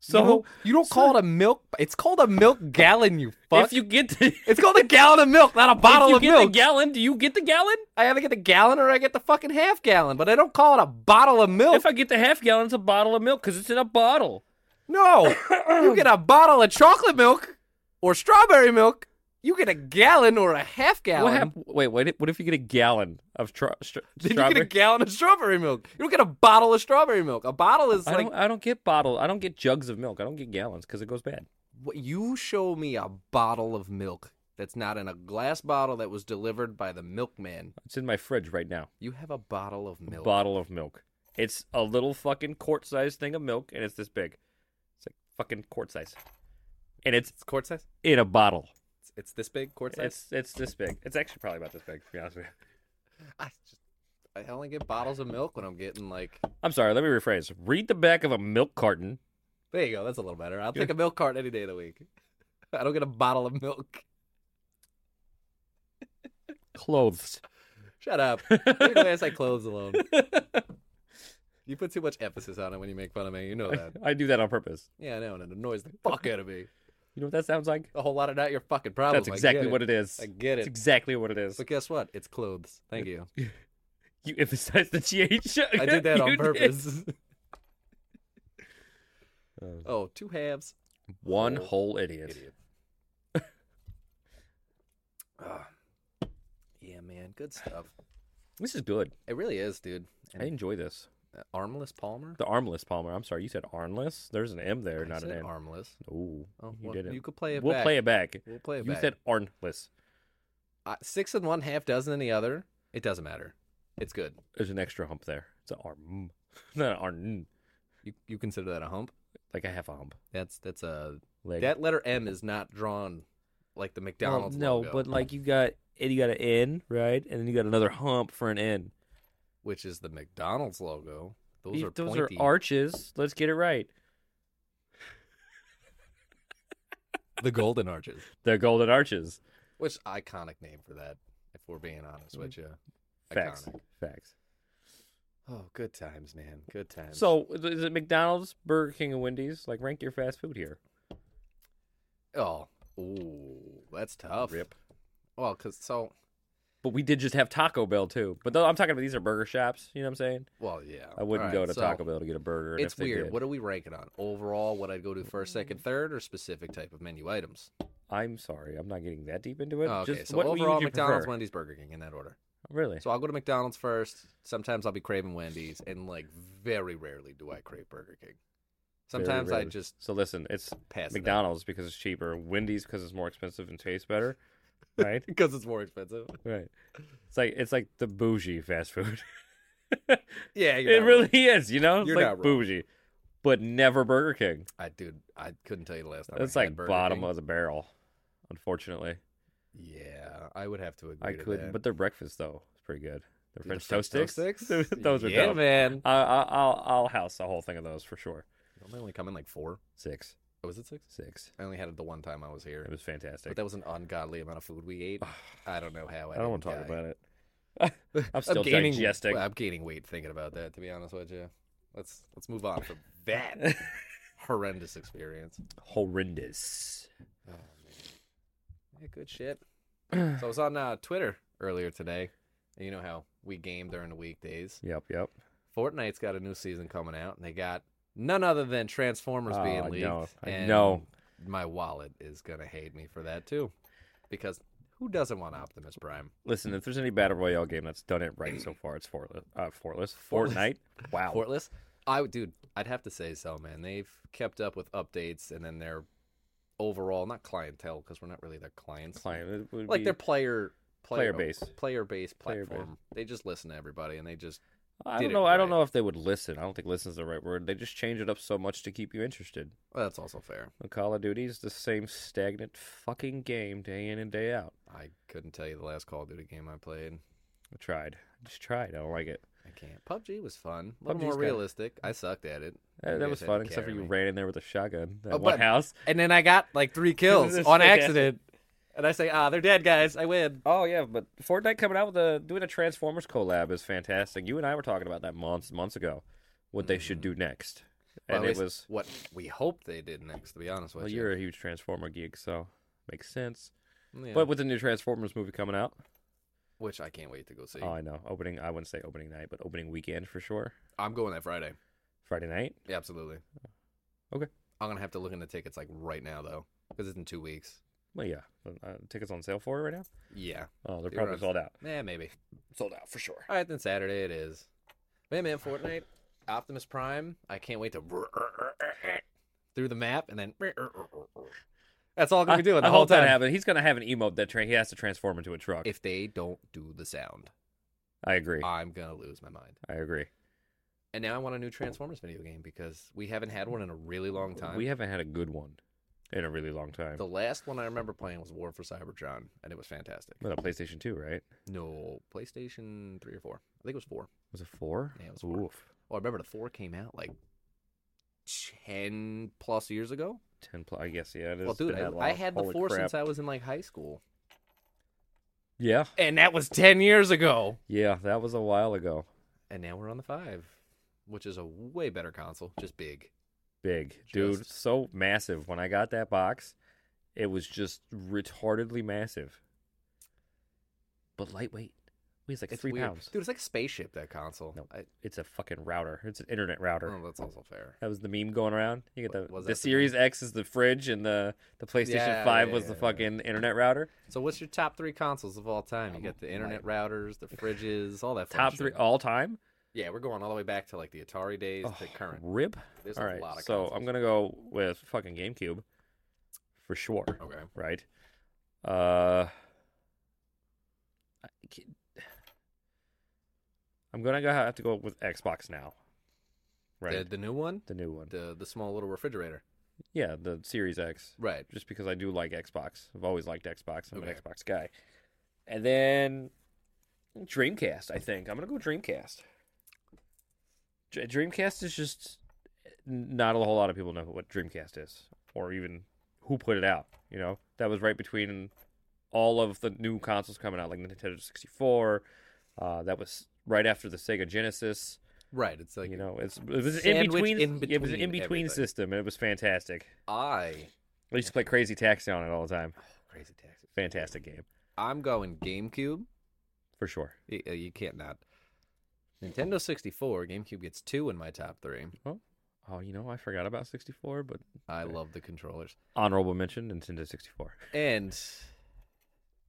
S3: So you
S2: So
S3: don't, you don't call it a milk. It's called a milk gallon. You fuck.
S2: if you get the if
S3: it's called a gallon of milk, not a bottle
S2: you
S3: of
S2: get
S3: milk.
S2: the gallon, do you get the gallon?
S3: I either get the gallon or I get the fucking half gallon, but I don't call it a bottle of milk.
S2: If I get the half gallon, it's a bottle of milk because it's in a bottle.
S3: No, you get a bottle of chocolate milk or strawberry milk. You get a gallon or a half gallon.
S2: What hap- wait, wait. What if you get a gallon of tra- stra-
S3: Then you
S2: strawberry?
S3: get a gallon of strawberry milk. You don't get a bottle of strawberry milk. A bottle is
S2: I
S3: like
S2: don't. I don't get bottle. I don't get jugs of milk. I don't get gallons because it goes bad.
S3: What- you show me a bottle of milk that's not in a glass bottle that was delivered by the milkman.
S2: It's in my fridge right now.
S3: You have a bottle of milk.
S2: Bottle of milk. It's a little fucking quart-sized thing of milk, and it's this big. It's like fucking quart size, and it's
S3: it's quart size.
S2: in a bottle.
S3: It's, it's this big quart size.
S2: It's it's this big. It's actually probably about this big. To be honest with you.
S3: I, just, I only get bottles of milk when I'm getting like.
S2: I'm sorry. Let me rephrase. Read the back of a milk carton.
S3: There you go. That's a little better. I'll
S2: Yeah.
S3: take a milk cart any day of the week. I don't get a bottle of milk.
S2: Clothes.
S3: Shut up. Leave the like clothes alone. You put too much emphasis on it when you make fun of me. You know that.
S2: I do that on purpose.
S3: Yeah, I know, and it annoys the fuck out of me.
S2: You know what that sounds like?
S3: A whole lot of not your fucking problem.
S2: That's exactly what it is.
S3: I get
S2: That's
S3: it.
S2: exactly what it is.
S3: But guess what? It's clothes. Thank you.
S2: You emphasize the th.
S3: I did that
S2: You
S3: on purpose.
S2: Uh,
S3: oh, two halves.
S2: One
S3: Whole
S2: whole idiot.
S3: Ah. yeah, man. Good stuff.
S2: This is good.
S3: It really is, dude.
S2: I
S3: And
S2: enjoy this.
S3: uh, armless Palmer.
S2: The armless Palmer. I'm sorry, you said armless. There's an M there,
S3: I
S2: not an
S3: said
S2: N.
S3: armless.
S2: Ooh,
S3: Oh,
S2: you
S3: well,
S2: did it.
S3: you could play it
S2: we'll
S3: back.
S2: play it back.
S3: We'll play it
S2: you
S3: back.
S2: said armless.
S3: Uh, six and one half dozen in the other. It doesn't matter. It's good.
S2: There's an extra hump there. It's an arm, not an arn.
S3: You you consider that a hump?
S2: Like a half a hump.
S3: That's that's a
S2: Like
S3: That letter M is not drawn like the
S2: well,
S3: McDonald's.
S2: no,
S3: logo,
S2: but like you got and you got an N, right? And then you got another hump for an N.
S3: which is the McDonald's logo. Those
S2: These-
S3: are pointy.
S2: arches. Let's get it right.
S3: the golden arches.
S2: The golden arches.
S3: Which iconic name for that? If we're being honest with you,
S2: Facts.
S3: Iconic.
S2: Facts.
S3: Oh, good times, man. Good times.
S2: So is it McDonald's, Burger King, and Wendy's? Like rank your fast food here.
S3: oh, ooh, that's tough.
S2: Rip.
S3: Well, cause so
S2: But we did just have Taco Bell too. But though I'm talking about these are burger shops. You know what I'm saying?
S3: well, yeah.
S2: I wouldn't
S3: All
S2: go
S3: right,
S2: to
S3: so
S2: Taco Bell to get a burger. and
S3: It's
S2: if they
S3: weird.
S2: did-
S3: What are we ranking on overall? What I'd go to first, second, third, or specific type of menu items?
S2: I'm sorry, I'm not getting that deep into it.
S3: Oh, okay,
S2: Just
S3: so
S2: what would
S3: overall,
S2: you
S3: McDonald's,
S2: prefer?
S3: Wendy's, Burger King in that order.
S2: Really?
S3: So I'll go to McDonald's first. Sometimes I'll be craving Wendy's, and like very rarely do I crave Burger King.
S2: Very
S3: Sometimes I
S2: rarely.
S3: just
S2: So listen, it's
S3: pass it out.
S2: McDonald's because it's cheaper, Wendy's because it's more expensive and tastes better. Right?
S3: because it's more expensive.
S2: right. It's like it's like the bougie fast food.
S3: Yeah, you're
S2: it
S3: not
S2: really is, you know? It's
S3: You're
S2: like
S3: not wrong.
S2: bougie. But never Burger King.
S3: I dude, I couldn't tell you the last time.
S2: It's
S3: I had
S2: like
S3: Burger
S2: bottom
S3: King.
S2: of the barrel, unfortunately.
S3: Yeah, I would have to agree.
S2: I
S3: to
S2: couldn't,
S3: that.
S2: but their breakfast though is pretty good. Their
S3: Dude, the
S2: French toast sticks, those are
S3: yeah,
S2: dope.
S3: man.
S2: I, I, I'll I'll house a whole thing of those for sure.
S3: Don't they only come in like four?
S2: Six,
S3: Oh, was it six?
S2: six.
S3: I only had it the one time I was here,
S2: It was fantastic.
S3: but that was an ungodly amount of food we ate. I don't know how. I,
S2: I don't want to
S3: didn't
S2: talk
S3: die.
S2: about it. I'm still
S3: gaining,
S2: digesting.
S3: well, I'm gaining weight thinking about that. To be honest with you, let's let's move on from that horrendous experience.
S2: Horrendous.
S3: Oh man, yeah, good shit. so I was on uh, Twitter earlier today, and you know how we game during the weekdays.
S2: Yep, yep.
S3: Fortnite's got a new season coming out, and they got none other than Transformers
S2: Oh, I
S3: being leaked.
S2: know. I
S3: and
S2: know.
S3: My wallet is gonna hate me for that too, because who doesn't want Optimus Prime?
S2: Listen, if there's any battle royale game that's done it right so far, it's Fortless. Uh, Fortless. Fortnite. Wow.
S3: Portless, I would, dude, I'd have to say so, man. They've kept up with updates, and then their overall, not clientele, because we're not really their clients,
S2: Client. It would
S3: like
S2: be-
S3: their player. Player,
S2: Player base.
S3: player base
S2: Player base.
S3: platform. They just listen to everybody, and they just
S2: I
S3: did
S2: don't
S3: it
S2: know. I don't
S3: right.
S2: know if they would listen. I don't think "listen" is the right word. They just change it up so much to keep you interested.
S3: well, that's also fair.
S2: And Call of Duty is the same stagnant fucking game day in and day out.
S3: I couldn't tell you the last Call of Duty game I played.
S2: I tried. I just tried. I don't like it.
S3: I can't. PUBG was fun. A little
S2: PUBG's
S3: more
S2: got-
S3: realistic. I sucked at it.
S2: That, that
S3: guys
S2: was
S3: had
S2: fun,
S3: to
S2: except for
S3: carry
S2: you
S3: me.
S2: ran in there with a shotgun. That
S3: Oh,
S2: one
S3: but-
S2: house.
S3: And then I got like three kills
S2: This
S3: on
S2: big ass-
S3: accident. And I say, ah, they're dead, guys. I win.
S2: Oh yeah, but Fortnite coming out with a doing a Transformers collab is fantastic. You and I were talking about that months months ago, what they should do next,
S3: Well,
S2: and it
S3: at least
S2: was
S3: what we hoped they did next. To be honest with
S2: well,
S3: you,
S2: you're a huge Transformer geek, so makes sense.
S3: Yeah.
S2: But with the new Transformers movie coming out,
S3: which I can't wait to go see.
S2: oh I know opening I wouldn't say opening night, but opening weekend for sure,
S3: I'm going that Friday.
S2: Friday night.
S3: Yeah, absolutely.
S2: Oh. Okay.
S3: I'm gonna have to look into tickets like right now though, because it's in two weeks.
S2: Well yeah, uh, tickets on sale for it right now.
S3: Yeah.
S2: Oh, they're
S3: They
S2: probably
S3: were on-
S2: sold out.
S3: Yeah, maybe.
S2: Sold out for sure.
S3: All right, then Saturday it is. Man, man, Fortnite, Optimus Prime. I can't wait to through the map and then. That's all I'm gonna be doing the
S2: I
S3: whole
S2: hope that
S3: time.
S2: happen- He's gonna have an emote that tra- he has to transform into a truck.
S3: if they don't do the sound,
S2: I agree.
S3: I'm gonna lose my mind.
S2: I agree.
S3: And now I want a new Transformers video game because we haven't had one in a really long time.
S2: We haven't had a good one in a really long time.
S3: the last one I remember playing was War for Cybertron, and it was fantastic.
S2: Well, no, PlayStation 2, right?
S3: No, PlayStation three or four. I think it was four.
S2: Was it 4?
S3: Yeah, it was four.
S2: Oof.
S3: Oh, I remember the four came out like ten plus years ago.
S2: 10 plus. I guess, yeah. It is
S3: well, dude,
S2: been
S3: I,
S2: that
S3: I
S2: long.
S3: had the
S2: Holy
S3: four
S2: crap.
S3: since I was in like high school,
S2: Yeah.
S3: and that was ten years ago.
S2: Yeah, that was a while ago.
S3: And now we're on the five, which is a way better console, just big.
S2: Big. Dude,
S3: Just-
S2: so massive. When I got that box, it was just retardedly massive. But lightweight. Weighs like
S3: It's
S2: 3
S3: weird.
S2: pounds.
S3: dude. It's like a spaceship that console.
S2: No.
S3: I,
S2: It's a fucking router. It's an internet router.
S3: oh, that's also fair.
S2: That was the meme going around. You
S3: Wa-
S2: get the
S3: was
S2: the
S3: that the
S2: Series X is the fridge and the the PlayStation
S3: Yeah,
S2: Five
S3: yeah,
S2: was
S3: yeah,
S2: the
S3: yeah.
S2: fucking internet router.
S3: So, what's your top three consoles of all time? You got the internet routers, the fridges, all that. fun
S2: Top
S3: shit.
S2: three all time.
S3: Yeah, we're going all the way back to like the Atari days to
S2: Oh,
S3: current.
S2: Rib.
S3: There's
S2: all
S3: a
S2: right,
S3: lot of
S2: so I'm
S3: consoles.
S2: gonna go with fucking GameCube for sure.
S3: Okay.
S2: Right. Uh. I can't- I'm gonna go have to go with Xbox now. Right.
S3: The, the new one,
S2: the new one.
S3: the the small little refrigerator.
S2: Yeah, the Series X.
S3: Right.
S2: Just because I do like Xbox. I've always liked Xbox. I'm an
S3: Okay.
S2: Xbox guy. And then Dreamcast, I think. I'm going to go Dreamcast. Dr- Dreamcast is just not a whole lot of people know what Dreamcast is or even who put it out, you know? That was right between all of the new consoles coming out like Nintendo 64. Uh, that was right after the Sega Genesis.
S3: Right. It's like
S2: you know, it's it was in
S3: Sandwiched
S2: between,
S3: in
S2: it was an
S3: between
S2: in between
S3: everything.
S2: system and it was fantastic.
S3: I
S2: I used to play Crazy Taxi on it all the time.
S3: crazy taxes.
S2: Fantastic game
S3: I'm going GameCube.
S2: for sure.
S3: Y- uh, You can't not. Nintendo 64, GameCube gets two in my top three.
S2: Oh, you know, I forgot about 64, but
S3: I love the controllers.
S2: honorable mention Nintendo 64.
S3: And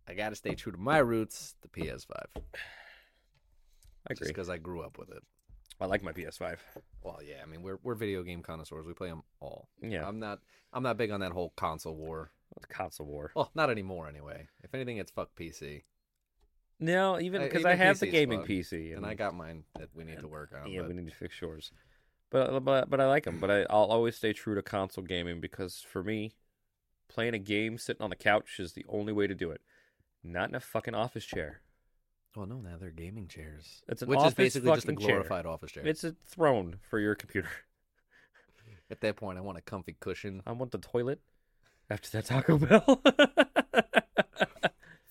S3: I got to stay true to my roots, the PS5.
S2: I agree.
S3: because I grew up with it.
S2: I like my PS5.
S3: Well, yeah, I mean we're we're video game connoisseurs. We play them all.
S2: Yeah,
S3: I'm not I'm not big on that whole console war.
S2: Uh, it's console war.
S3: Well, not anymore anyway. If anything, it's fuck PC.
S2: No, even
S3: Uh,
S2: because I
S3: even
S2: have
S3: PC
S2: the
S3: is
S2: gaming
S3: fun.
S2: PC,
S3: And I got mine that we need to work on.
S2: yeah,
S3: but-
S2: we need to fix yours. But uh, but but I like them. But I, I'll always stay true to console gaming because for me, playing a game sitting on the couch is the only way to do it. Not in a fucking office chair.
S3: well, Oh, no, now they're gaming chairs.
S2: It's an
S3: which
S2: office
S3: is basically just a
S2: fucking chair.
S3: glorified office chair.
S2: It's a throne for your computer.
S3: At that point, I want a comfy cushion.
S2: I want the toilet after that Taco Bell.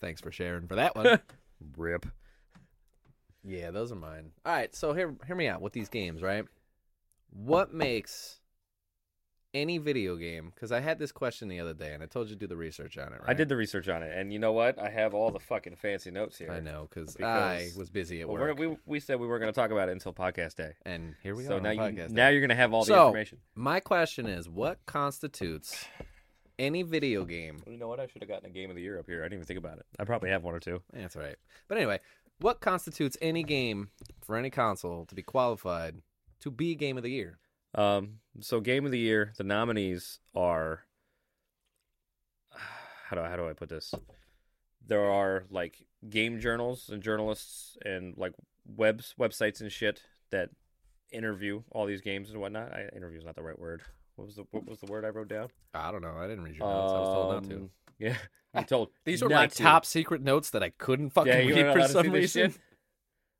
S3: Thanks for sharing for that one.
S2: Rip.
S3: yeah, those are mine. All right, so hear hear me out with these games, right? What makes any video game? Because I had this question the other day, and I told you to do the research on it. Right?
S2: I did the research on it, and you know what? I have all the fucking fancy notes here.
S3: I know cause I
S2: Because-
S3: was busy at
S2: Well,
S3: work,
S2: we're- we we said we weren't going to talk about it until podcast day.
S3: and here we
S2: so
S3: are.
S2: now
S3: on
S2: you
S3: podcast
S2: now
S3: day.
S2: you're going to have all the
S3: So-
S2: information.
S3: My question is, what constitutes any video game?
S2: Well, you know what? I should have gotten a game of the year up here. I didn't even think about it. I probably have one or two.
S3: That's all right. But anyway, what constitutes any game for any console to be qualified to be game of the year?
S2: Um, so game of the year, the nominees are how do I, how do I put this? There are like game journals and journalists and like webs websites and shit that interview all these games and whatnot. I interview is not the right word. What was the what was the word I wrote down?
S3: I don't know. I didn't read your notes. I was told not to.
S2: Um, Yeah, you told
S3: These were
S2: not
S3: my
S2: to.
S3: top secret notes that I couldn't fucking
S2: Yeah, you were
S3: read for
S2: allowed to see
S3: some
S2: this
S3: reason.
S2: shit.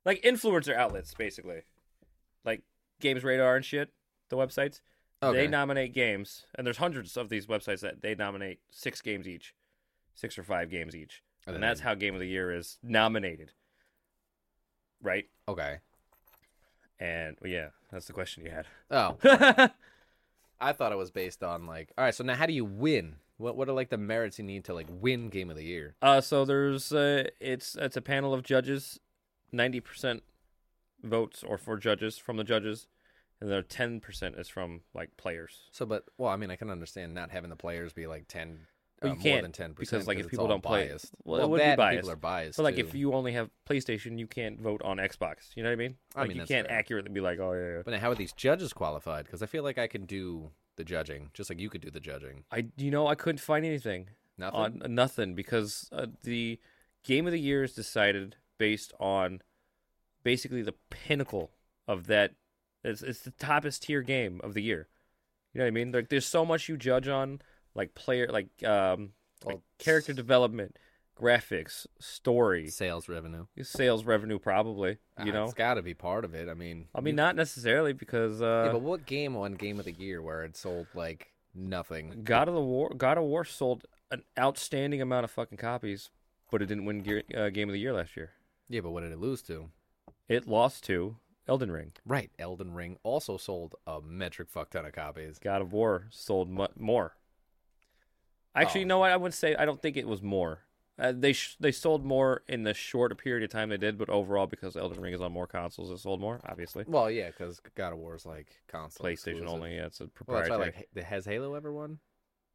S2: Like influencer outlets, basically, like Games Radar and shit. The websites. They
S3: Okay.
S2: nominate games, and there's hundreds of these websites that they nominate six games each, six or five games each,
S3: And
S2: and
S3: then-
S2: that's how Game of the Year is nominated. Right?
S3: okay.
S2: And well, yeah, that's the question you had.
S3: Oh, I thought it was based on like. All right. So now, how do you win? What What are like the merits you need to like win game of the year?
S2: uh, so there's uh, it's it's a panel of judges, ninety percent votes or for judges from the judges, and then ten percent is from like players.
S3: So, but well, I mean, I can understand not having the players be like ten,
S2: Well,
S3: uh,
S2: you
S3: more
S2: can't,
S3: than ten percent
S2: because, like, if people don't play it-
S3: biased.
S2: well, it would be
S3: that,
S2: biased.
S3: People are biased.
S2: So like
S3: too.
S2: if you only have PlayStation, you can't vote on Xbox. You know what I mean?
S3: I
S2: Like
S3: mean,
S2: you
S3: that's
S2: can't
S3: fair.
S2: accurately be like, oh yeah, yeah.
S3: But now how are these judges qualified? Because I feel like I can do the judging, just like you could do the judging.
S2: I you know I couldn't find anything
S3: Nothing.
S2: on nothing because uh, the game of the year is decided based on basically the pinnacle of that. It's it's the toppest tier game of the year. You know what I mean? Like there's so much you judge on, like player, like um, like
S3: Well,
S2: character development, graphics, story,
S3: Sales revenue.
S2: sales revenue, probably. You
S3: Ah,
S2: know,
S3: it's got to be part of it. I mean,
S2: I mean
S3: you-
S2: not necessarily because uh,
S3: yeah, but what game won Game of the Year where it sold like nothing?
S2: God of the War, God of War sold an outstanding amount of fucking copies, but it didn't win gear, uh, Game of the Year last year.
S3: Yeah, but what did it lose to?
S2: It lost to Elden Ring.
S3: Right, Elden Ring also sold a metric fuck ton of copies.
S2: God of War sold mu- more. Actually,
S3: Oh.
S2: you know what? I would say I don't think it was more. Uh, they sh- they sold more in the short period of time they did, but overall, because Elden Ring is on more consoles, it sold more. Obviously,
S3: Well, yeah, because God of War is like console.
S2: PlayStation
S3: exclusive.
S2: only. Yeah, it's a
S3: Well, that's
S2: proprietary.
S3: why, like, ha- has Halo ever won?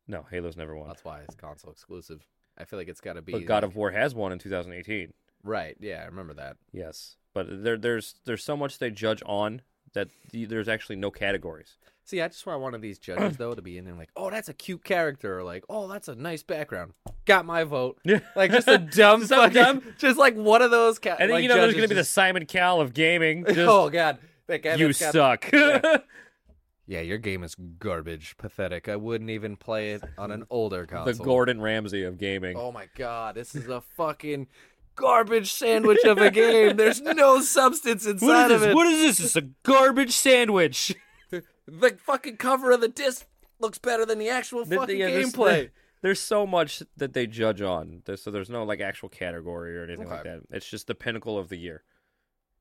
S2: no, Halo's never won,
S3: That's why it's console exclusive. I feel like it's got to be.
S2: but God
S3: like-
S2: of War has won in 2018.
S3: Right, yeah, I remember that.
S2: Yes, but there, there's there's so much they judge on that the, there's actually no categories.
S3: See, I just want one of these judges though to be in there like, oh, that's a cute character, or like, oh, that's a nice background. Got my vote. Like just a dumb
S2: Some
S3: fucking,
S2: dumb-
S3: just like one of those. Ca-
S2: and then
S3: like,
S2: you know there's
S3: judges Oh,
S2: gonna be the
S3: just-
S2: Simon Cowell of gaming. Just,
S3: oh god, that guy.
S2: you
S3: that's got-
S2: suck.
S3: Yeah, your game is garbage, pathetic. I wouldn't even play it on an older console.
S2: The Gordon Ramsay of gaming.
S3: Oh my god, this is a fucking garbage sandwich of a game. There's no substance inside of it.
S4: is this? It's a garbage sandwich.
S3: The fucking cover of the disc looks better than the actual
S2: Th-
S3: fucking
S2: yeah, there's-
S3: gameplay.
S2: There's so much that they judge on, There- so there's no like actual category or anything like
S3: Okay.
S2: that. It's just the pinnacle of the year,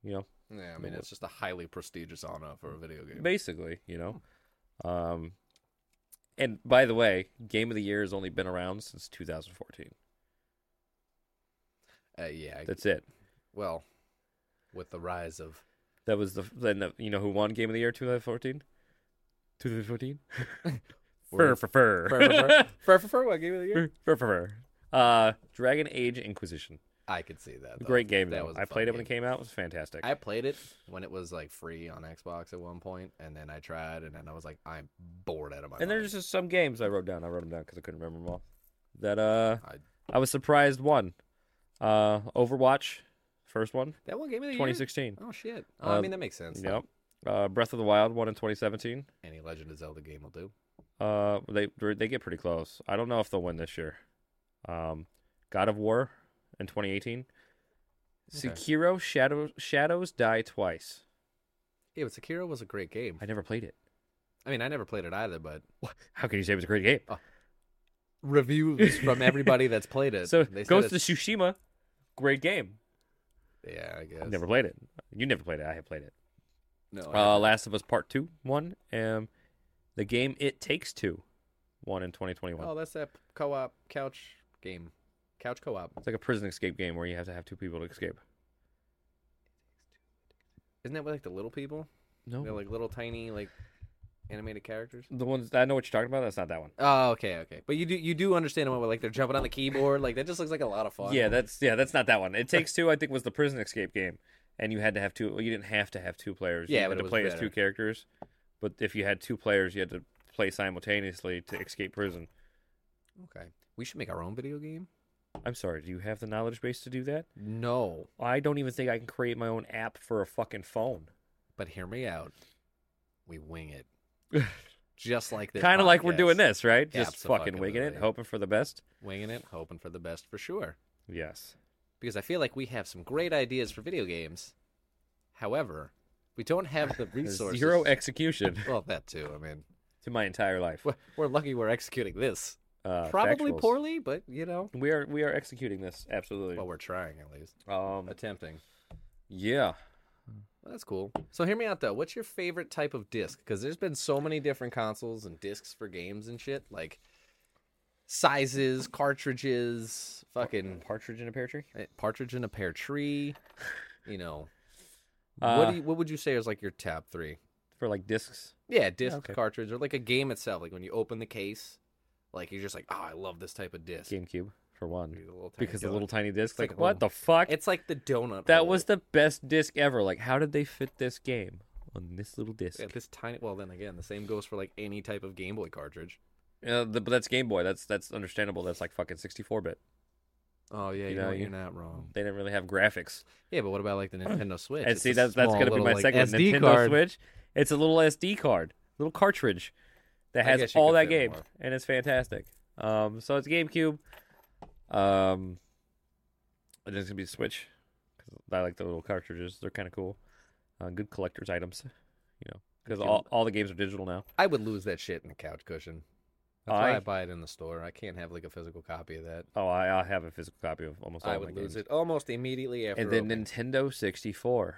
S2: you know.
S3: Yeah, I mean it's just a highly prestigious honor for a video game.
S2: Basically, you know. Um, and by the way, Game of the Year has only been around since 2014.
S3: Uh, yeah,
S2: That's it.
S3: well, with the rise of
S2: That was the then the, you know who won Game of the Year 2014. 2014. Fur for fur.
S3: Fur, fur, fur. Fur, fur, fur, what game of the year?
S2: Fur for fur. Uh, Dragon Age Inquisition.
S3: I could see that. though.
S2: Great game
S3: Oh, That
S2: though.
S3: was a
S2: I
S3: fun
S2: played it when
S3: game.
S2: it came out. It was fantastic.
S3: I played it when it was like free on Xbox at one point, and then I tried, and then I was like, I'm bored out of my.
S2: And
S3: mind.
S2: there's just some games I wrote down. I wrote them down because I couldn't remember them all. That uh,
S3: I-
S2: I, was surprised. One, uh, Overwatch, first one,
S3: that one game of the year.
S2: 2016.
S3: Oh shit! Oh, I
S2: Um,
S3: mean that makes sense.
S2: Yep. Uh, Breath of the Wild one in 2017.
S3: Any Legend of Zelda game will do.
S2: Uh, they they get pretty close. I don't know if they'll win this year. Um, God of War in 2018. Sekiro Shadows Shadows Die Twice.
S3: Yeah, but Sekiro was a great game.
S2: I never played it.
S3: I mean, I never played it either, but
S2: How can you say it was a great game?
S3: reviews from everybody that's played it.
S2: so
S3: they said
S2: Ghost of
S3: it's-
S2: Tsushima, great game.
S3: Yeah, I guess.
S2: I've never played it. You never played it. I have played it.
S3: No. I
S2: Uh,
S3: haven't.
S2: Last of Us Part Two, one, and the game It Takes Two, one in 2021.
S3: oh, that's that co-op couch game, couch co-op.
S2: It's like a prison escape game where you have to have two people to escape.
S3: Isn't that with like the little people?
S2: No,
S3: They're like little tiny like animated characters.
S2: the ones I know what you're talking about. That's not that one.
S3: Oh, okay, okay. But you do you do understand what like they're jumping on the keyboard? Like that just looks like a lot of fun.
S2: Yeah, that's yeah, that's not that one. It Takes Two, I think, was the prison escape game, and you had to have two. Well, you didn't have to have two players.
S3: Yeah,
S2: you
S3: but
S2: had
S3: it
S2: to
S3: was
S2: play as
S3: better.
S2: two characters. But if you had two players, you had to play simultaneously to escape prison.
S3: Okay. We should make our own video game.
S2: I'm sorry. Do you have the knowledge base to do that?
S3: No,
S2: I don't even think I can create my own app for a fucking phone.
S3: but hear me out. We wing it, just like this.
S2: kind of like we're doing
S3: podcast.
S2: this, right?
S3: Yeah,
S2: Just
S3: absolutely.
S2: fucking winging it, hoping for the best.
S3: winging it, hoping for the best for sure.
S2: Yes.
S3: Because I feel like we have some great ideas for video games. However, we don't have the resources.
S2: Zero execution
S3: well, that too. I mean,
S2: to my entire life.
S3: we're- we're lucky we're executing this.
S2: Uh,
S3: Probably
S2: factuals.
S3: poorly, but you know.
S2: We are we are executing this absolutely.
S3: Well, we're trying at least.
S2: Um,
S3: Attempting.
S2: yeah.
S3: Well, that's cool. So hear me out though. What's your favorite type of disc? Because there's been so many different consoles and discs for games and shit, like sizes, cartridges, fucking
S2: Partridge in a pear tree.
S3: eh, partridge in a pear tree. You know, what
S2: Uh,
S3: do you, what would you say is like your top three?
S2: For like discs.
S3: Yeah, disc
S2: okay.
S3: cartridge or like a game itself. Like when you open the case, like you're just like, oh, I love this type of disc.
S2: GameCube for one.
S3: You're the little tiny
S2: Because the
S3: donut.
S2: little tiny disc.
S3: like
S2: Like,
S3: a
S2: what the fuck?
S3: It's like the donut.
S2: that
S3: hole.
S2: was the best disc ever. Like, how did they fit this game on this little disc?
S3: Yeah, this tiny. Well, then again, the same goes for like any type of Game Boy cartridge.
S2: Uh, the, but that's Game Boy. That's that's understandable. That's like fucking 64 bit.
S3: Oh yeah, you,
S2: You
S3: know,
S2: know,
S3: what?
S2: you-
S3: you're not wrong.
S2: They didn't really have graphics.
S3: Yeah, but what about like the Nintendo Switch?
S2: And
S3: It's
S2: see,
S3: a
S2: that's that's
S3: small
S2: gonna be
S3: little,
S2: my
S3: like,
S2: second
S3: SD
S2: Nintendo
S3: card.
S2: Switch. It's a little SD card, little cartridge that
S3: I
S2: has
S3: guess you
S2: all
S3: could
S2: that
S3: fit
S2: game,
S3: more.
S2: and it's fantastic. Um, so it's GameCube. Um, and it's gonna be Switch 'cause I like the little cartridges. They're kind of cool, uh, good collector's items, you know, because all, all the games are digital now.
S3: I would lose that shit in a couch cushion. That's why I
S2: I-
S3: buy it in the store. I can't have like a physical copy of that.
S2: Oh, I, I have a physical copy of almost all
S3: I
S2: of
S3: would
S2: Oh my
S3: lose
S2: games.
S3: it almost immediately after.
S2: and then
S3: opening.
S2: Nintendo 64.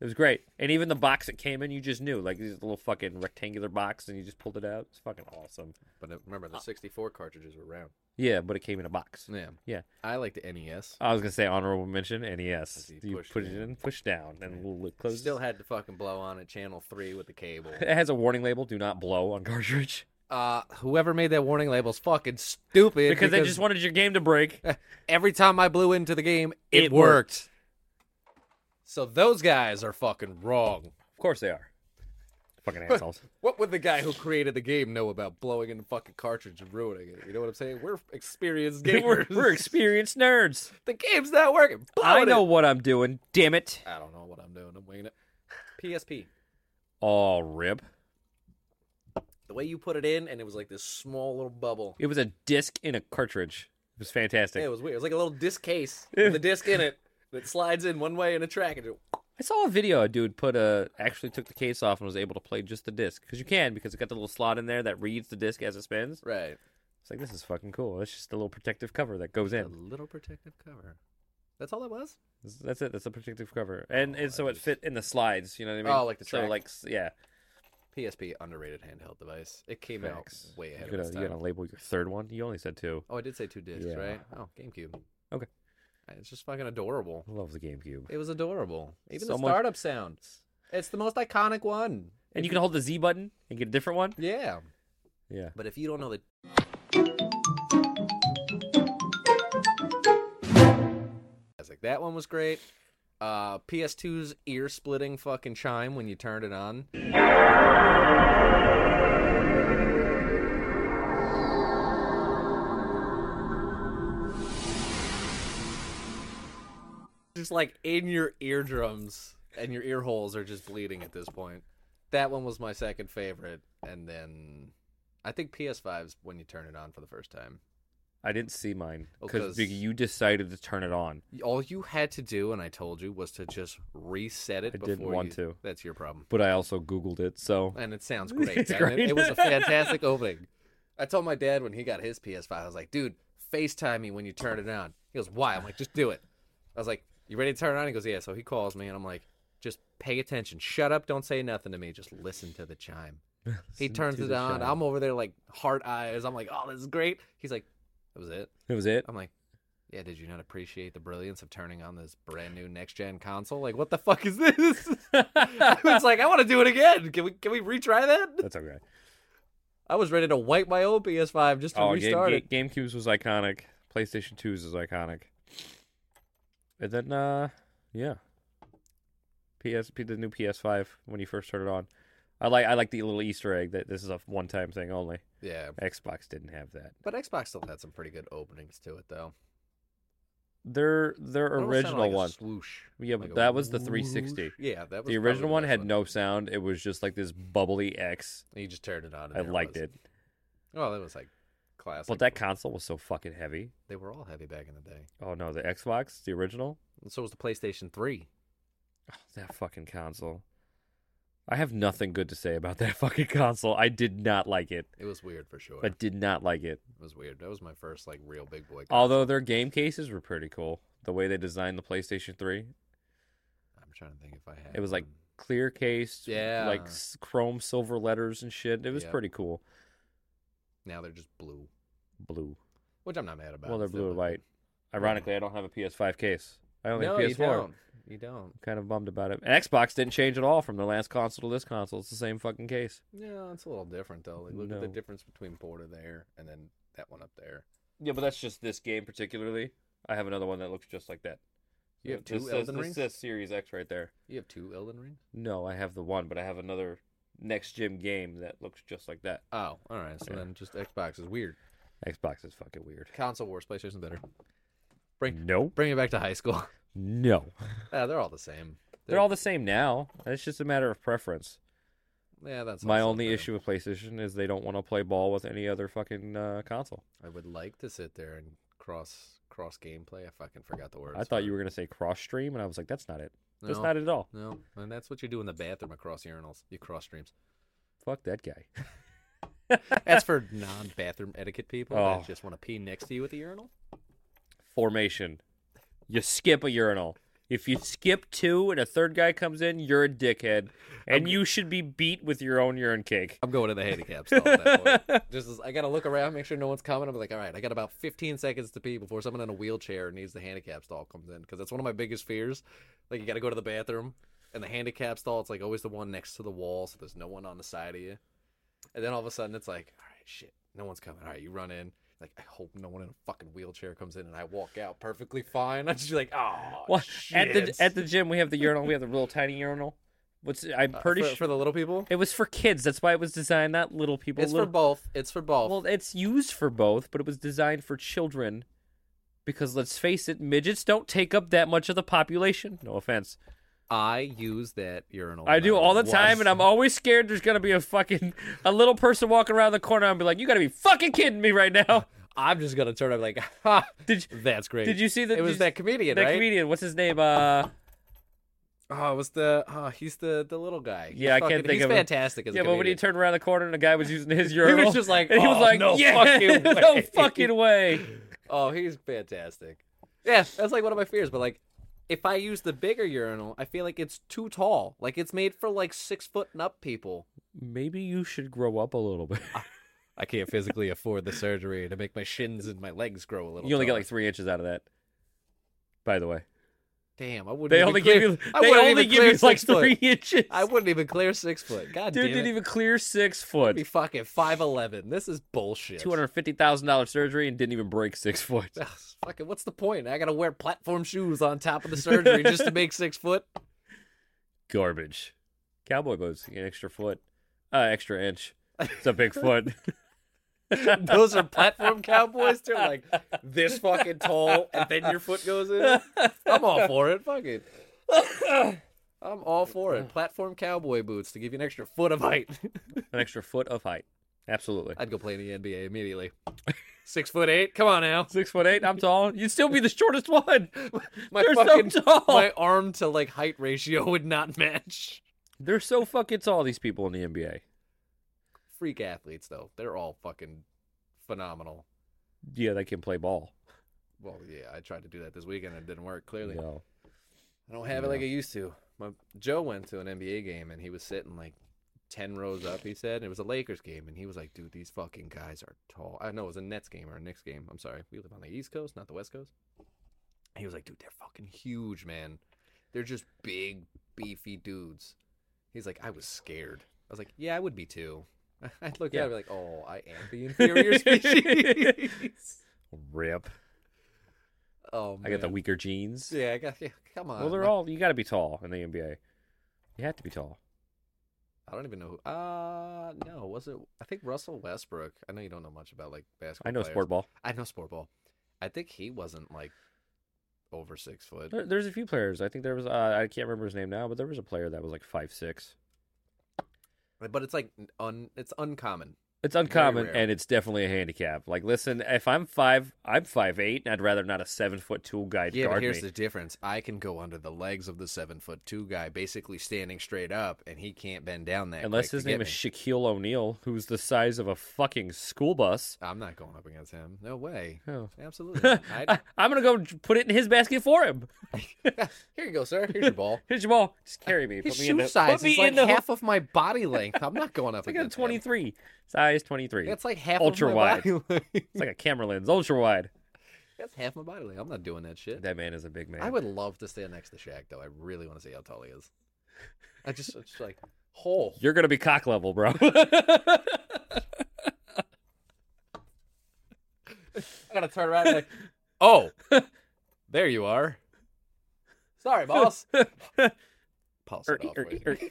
S2: It was great. And even the box it came in, you just knew. Like, this little fucking rectangular box, and you just pulled it out. It's fucking awesome.
S3: but uh, remember the 64 cartridges were round.
S2: Yeah, but it came in a box.
S3: Yeah,
S2: Yeah.
S3: I like the E NES.
S2: I was going to say honorable mention, NES.
S3: You
S2: You
S3: push
S2: put it
S3: down.
S2: in, push down, and we'll look close.
S3: Still had to fucking blow on it. Channel three with the cable.
S2: It has a warning label do not blow on cartridge.
S3: uh, whoever made that warning label's fucking stupid.
S2: Because, they just wanted your game to break.
S3: every time I blew into the game, it,
S2: It
S3: worked. So those guys are fucking wrong.
S2: Of course they are. Fucking assholes.
S3: What would the guy who created the game know about blowing in the fucking cartridge and ruining it? You know what I'm saying? We're experienced gamers.
S2: we're, we're experienced nerds.
S3: the game's not working. Blow
S2: I
S3: it
S2: know
S3: in.
S2: what I'm doing. Damn it.
S3: I don't know what I'm doing. I'm winging it. PSP.
S2: Oh, rip.
S3: The way you put it in, and it was like this small little bubble.
S2: It was a disc in a cartridge. It was fantastic.
S3: Yeah, it was weird. It was like a little disc case with a disc in it that slides in one way in a track. And it,
S2: I saw a video a dude put a actually took the case off and was able to play just the disc because you can because it got the little slot in there that reads the disc as it spins.
S3: right.
S2: It's like this is fucking cool. It's just a little protective cover that goes
S3: A
S2: in.
S3: little protective cover. That's all that was?
S2: That's- That's it. That's a protective cover, and
S3: Oh,
S2: and so
S3: I
S2: it
S3: just-
S2: fit in the slides. You know what I mean?
S3: Oh, like the
S2: so
S3: track.
S2: like s- yeah.
S3: PSP, underrated handheld device. It came
S2: Facts.
S3: out way
S2: You're
S3: ahead of
S2: gonna,
S3: its
S2: you're
S3: time.
S2: gonna label your third one. You only said two.
S3: Oh, I did say two discs,
S2: Yeah.
S3: right? Oh, GameCube. Uh,
S2: Okay.
S3: It's just fucking adorable.
S2: I love the GameCube.
S3: It was adorable. Even
S2: So
S3: the
S2: much-
S3: startup sound. It's the most iconic one.
S2: And you can hold the Z button and get a different one.
S3: Yeah.
S2: Yeah.
S3: But if you don't know the I was like, that one was great. Uh, PS2's ear splitting fucking chime when you turned it on. Just like in your eardrums and your ear holes are just bleeding at this point. That one was my second favorite. And then I think PS5's when you turn it on for the first time.
S2: I didn't see mine
S3: Oh,
S2: because
S3: 'cause-
S2: you decided to turn it on.
S3: All you had to do, and I told you, was to just reset it.
S2: I
S3: before
S2: didn't want
S3: you-
S2: to.
S3: That's your problem.
S2: But I also Googled it, so
S3: And it sounds great.
S2: It's
S3: and it-
S2: great.
S3: It, was a fantastic opening. I told my dad when he got his PS5, I was like, "Dude, FaceTime me when you turn it on." He goes, "Why?" I'm like, "Just do it." I was like, "You ready to turn it on?" He goes, "Yeah." So he calls me, and I'm like, "Just pay attention. Shut up. Don't say nothing to me. Just listen to the chime." He turns
S2: to
S3: it
S2: the
S3: on.
S2: chime.
S3: I'm over there like heart eyes. I'm like, "Oh, this is great." He's like, "That was it."
S2: that was it.
S3: I'm like, yeah, did you not appreciate the brilliance of turning on this brand new next gen console? Like, what the fuck is this? I was like, I want to do it again. Can we can we retry that?
S2: That's okay.
S3: I was ready to wipe my old PS5 just to
S2: Oh, Ga-
S3: restart
S2: Ga-
S3: it.
S2: GameCubes was iconic. PlayStation 2's is iconic. And then, uh, yeah, PSP, the new PS5 when you first started on. I like I like the little Easter egg that this is a one-time thing only.
S3: Yeah,
S2: Xbox didn't have that.
S3: but Xbox still had some pretty good openings to it, though.
S2: Their their
S3: It almost sounded
S2: original
S3: like a
S2: one,
S3: swoosh.
S2: yeah,
S3: like
S2: but
S3: a
S2: that was the
S3: whoosh.
S2: 360.
S3: Yeah, that was
S2: The
S3: probably
S2: original one
S3: best
S2: had no sound. It was just like this bubbly X.
S3: You just turned it on. And
S2: I
S3: there
S2: liked
S3: was.
S2: it,
S3: Oh, that was like classic.
S2: but that console was so fucking heavy.
S3: they were all heavy back in the day.
S2: Oh no, the Xbox, the original,
S3: And so was the PlayStation 3.
S2: oh, that fucking console. I have nothing good to say about that fucking console. I did not like it.
S3: It was weird for sure.
S2: I did not like it.
S3: It was weird. That was my first like real big boy. console.
S2: Although their game cases were pretty cool. The way they designed the PlayStation 3,
S3: I'm trying to think if I had.
S2: it was like
S3: one.
S2: clear case,
S3: Yeah.
S2: like s- chrome silver letters and shit. It was
S3: Yep.
S2: pretty cool.
S3: Now they're just blue,
S2: Blue.
S3: which I'm not mad about.
S2: well, they're
S3: It's
S2: blue or
S3: still-
S2: white. Ironically, I don't have a PS5 case. I only
S3: No,
S2: have PS4.
S3: you don't. You don't.
S2: Kind of bummed about it. And Xbox didn't change at all from their last console to this console. It's the same fucking case.
S3: No, it's a little different though. Like, look at the
S2: No.
S3: difference between border there and then that one up there.
S2: Yeah, but that's just this game particularly. I have another one that looks just like that.
S3: You have two
S2: this,
S3: Elden
S2: this,
S3: Rings?
S2: this says Series X right there.
S3: You have two Elden Rings.
S2: No, I have the one, but I have another next gen game that looks just like that.
S3: Oh, all right. So
S2: Yeah.
S3: then just Xbox is weird.
S2: Xbox is fucking weird.
S3: Console wars, PlayStation's better. Bring
S2: No,
S3: bring it back to high school.
S2: no,
S3: yeah, they're all the same.
S2: they're all the same now. It's just a matter of preference.
S3: Yeah, that's
S2: My
S3: also
S2: only
S3: true.
S2: issue with PlayStation is they don't want to play ball with any other fucking uh, console.
S3: I would like to sit there and cross cross gameplay. I fucking forgot the words.
S2: I thought you were gonna say cross stream, and I was like, that's not it.
S3: No,
S2: That's not it at all.
S3: no, and that's what you do in the bathroom across urinals. You cross streams.
S2: Fuck that guy.
S3: That's for non-bathroom etiquette people
S2: Oh.
S3: that just want to pee next to you at the urinal.
S2: formation. You skip a urinal. If you skip two and a third guy comes in, you're a dickhead, and you should be beat with your own urine cake.
S3: I'm going to the handicap stall at that point. Just as, I gotta look around, make sure no one's coming. I'm like, all right, I got about 15 seconds to pee before someone in a wheelchair who needs the handicap stall comes in because that's one of my biggest fears. Like you gotta go to the bathroom and the handicap stall. It's like always the one next to the wall, so there's no one on the side of you. And then all of a sudden, it's like, all right, shit, no one's coming. All right, you run in. Like I hope no one in a fucking wheelchair comes in and I walk out perfectly fine. I'm just like, oh,
S2: Well, at the
S3: shit."
S2: at the gym we have the urinal. We have the little tiny urinal. What's I'm
S3: Uh,
S2: pretty
S3: for,
S2: sure
S3: for the little people.
S2: it was for kids. That's why it was designed not little people.
S3: It's for
S2: little,
S3: both. It's for both.
S2: Well, it's used for both, but it was designed for children because let's face it, midgets don't take up that much of the population. No offense.
S3: I use that urinal.
S2: I do
S3: Oh, not
S2: all the
S3: once.
S2: time, and I'm always scared there's gonna be a fucking a little person walking around the corner and be like, "You gotta be fucking kidding me right now."
S3: I'm just gonna turn up like, ha,
S2: Did you,
S3: that's great.
S2: did you see that?
S3: It was
S2: did you-
S3: that comedian,
S2: that
S3: right?
S2: comedian? What's his name? Uh,
S3: Oh, it was the oh, he's the the little guy.
S2: Yeah, I can't
S3: Fucking-
S2: think
S3: he's
S2: of him.
S3: fantastic as a
S2: yeah, but when he
S3: comedian.
S2: turned around the corner and the guy was using his
S3: was
S2: urinal,
S3: just like,
S2: and he was
S3: "Oh,
S2: like,
S3: no
S2: yeah,
S3: fucking
S2: no
S3: way."
S2: fucking way."
S3: Oh, he's fantastic. Yeah, that's like one of my fears. But like, if I use the bigger urinal, I feel like it's too tall. Like it's made for like six foot and up people.
S2: Maybe you should grow up a little bit.
S3: I can't physically afford the surgery to make my shins and my legs grow a little.
S2: You only get
S3: taller.
S2: like three inches out of that. By the way,
S3: damn. I wouldn't.
S2: they
S3: even
S2: only
S3: clear,
S2: give you.
S3: I
S2: They
S3: wouldn't
S2: only
S3: even
S2: give
S3: clear
S2: you like
S3: six foot.
S2: three inches.
S3: I wouldn't even clear six foot. God
S2: Dude
S3: damn
S2: didn't
S3: it.
S2: even clear six foot.
S3: be fucking five eleven. This is bullshit.
S2: Two hundred fifty thousand dollars surgery and didn't even break six foot.
S3: Ugh, fucking. What's the point? I gotta wear platform shoes on top of the surgery just to make six foot.
S2: Garbage. Cowboy boots, an extra foot, uh, extra inch. It's a big foot.
S3: Those are platform cowboys. They're like this fucking tall, and then your foot goes in. I'm all for it. Fuck it. I'm all for it. Platform cowboy boots to give you an extra foot of height.
S2: An extra foot of height. Absolutely.
S3: I'd go play in the NBA immediately. Six foot eight. Come on now.
S2: Six foot eight. I'm tall. You'd still be the shortest one.
S3: My
S2: They're so
S3: fucking
S2: tall.
S3: my arm to like height ratio would not match.
S2: They're so fucking tall. These people in the NBA.
S3: Freak athletes though. They're all fucking phenomenal.
S2: Yeah, they can play ball.
S3: Well, yeah, I tried to do that this weekend and it didn't work. Clearly,
S2: No.
S3: I don't have it like I used to. My Joe went to an NBA game and he was sitting like ten rows up. He said and it was a Lakers game, and he was like, "Dude, these fucking guys are tall." I know it was a Nets game or a Knicks game. I'm sorry, we live on the East Coast, not the West Coast. He was like, "Dude, they're fucking huge, man. They're just big, beefy dudes." He's like, "I was scared." I was like, "Yeah, I would be too." I'd look
S2: Yeah.
S3: at him like, "Oh, I am the inferior species."
S2: Rip.
S3: oh, man.
S2: I got the weaker jeans.
S3: Yeah, I got. Yeah, come on.
S2: Well, they're all. You got to be tall in the NBA. You have to be tall.
S3: I don't even know who. Uh, no, was it? I think Russell Westbrook. I know you don't know much about like basketball.
S2: I know
S3: players.
S2: sport ball.
S3: I know sport ball. I think he wasn't like over six foot.
S2: There, there's a few players. I think there was. Uh, I can't remember his name now, but there was a player that was like five six. Uh,
S3: But it's like un. It's uncommon.
S2: It's uncommon,
S3: rare.
S2: and it's definitely a handicap. Like, listen, if I'm five, I'm five eight, and I'd rather not a seven foot two guy
S3: yeah, but
S2: guard
S3: here's
S2: me.
S3: the difference. I can go under the legs of the seven foot two guy, basically standing straight up, and he can't bend down that.
S2: Unless
S3: quick to
S2: his
S3: get
S2: name is
S3: me.
S2: Shaquille O'Neal, who's the size of a fucking school bus.
S3: I'm not going up against him. No way.
S2: Oh.
S3: Absolutely. not.
S2: I, am gonna go j- put it in his basket for him.
S3: I'd- Here you go, sir. Here's your ball.
S2: Here's your ball. Just carry me.
S3: Uh, His
S2: put me
S3: shoe
S2: in the,
S3: size
S2: put me
S3: is
S2: in
S3: like
S2: the
S3: half of my body length. I'm not going up
S2: It's like a
S3: against him.
S2: 23 size 23.
S3: That's like half
S2: Ultra
S3: of my
S2: wide.
S3: body length.
S2: it's like a camera lens, ultra wide.
S3: That's half my body length. I'm not doing that shit.
S2: That man is a big man.
S3: I would love to stand next to Shaq, though. I really want to see how tall he is. I just, it's like, "Oh, whole.
S2: You're gonna be cock level, bro.
S3: I gotta turn around and like, oh, there you are. Sorry, boss. Pulse it off. with you.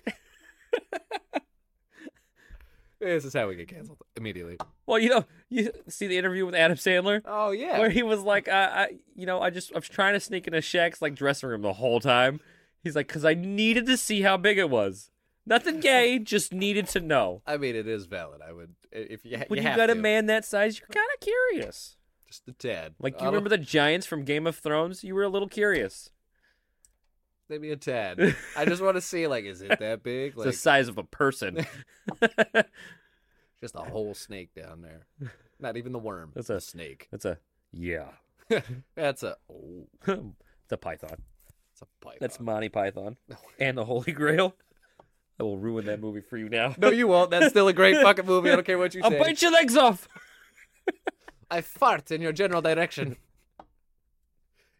S3: This is how we get canceled immediately.
S2: Well, you know, you see the interview with Adam Sandler
S3: Oh yeah.
S2: where he was like, I, I, you know, I just I was trying to sneak into Shaq's like dressing room the whole time. He's like, because I needed to see how big it was. Nothing gay, just needed to know.
S3: I mean, it is valid. I would if you.
S2: When
S3: you
S2: you,
S3: have
S2: got a
S3: to.
S2: man that size, you're kind of curious.
S3: just a tad. Oh,
S2: Like you
S3: I don't-
S2: remember the giants from Game of Thrones? You were a little curious.
S3: maybe a tad. I just want to see like, is it that big?
S2: It's
S3: Like
S2: the size of a person.
S3: just a whole snake down there. Not even the worm.
S2: That's
S3: the
S2: a-
S3: snake.
S2: That's a yeah.
S3: That's a. Oh,
S2: it's a python.
S3: it's a python.
S2: That's Monty Python and the Holy Grail. I will ruin that movie for you now.
S3: No, you won't. That's still a great fucking movie. I don't care what you
S2: I'll
S3: say.
S2: bite your legs off.
S3: I fart in your general direction.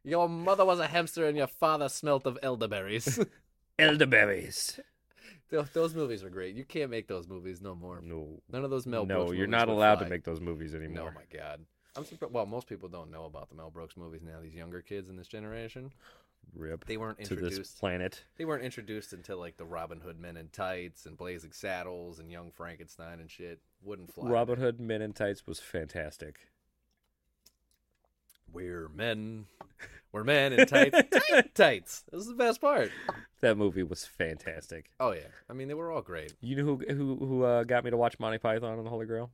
S3: Your mother was a hamster and your father smelt of elderberries.
S2: Elderberries.
S3: Th- those movies are great. You can't make those movies no more.
S2: No.
S3: None of those Mel Brooks
S2: no, you're
S3: movies
S2: not
S3: would
S2: allowed
S3: fly.
S2: to make those movies
S3: No,
S2: anymore.
S3: my God. I'm surprised. Well, most people don't know about the Mel Brooks movies now, these younger kids in this generation.
S2: Rip
S3: They weren't
S2: to
S3: introduced.
S2: this planet.
S3: They weren't introduced until like the Robin Hood Men in Tights and Blazing Saddles and Young Frankenstein and shit. Wouldn't fly.
S2: Robin Hood Men in Tights was fantastic.
S3: We're men. We're men in tights. Tight tights. This is the best part.
S2: That movie was fantastic.
S3: Oh yeah. I mean, they were all great.
S2: You know who who who uh, got me to watch Monty Python and the Holy Grail?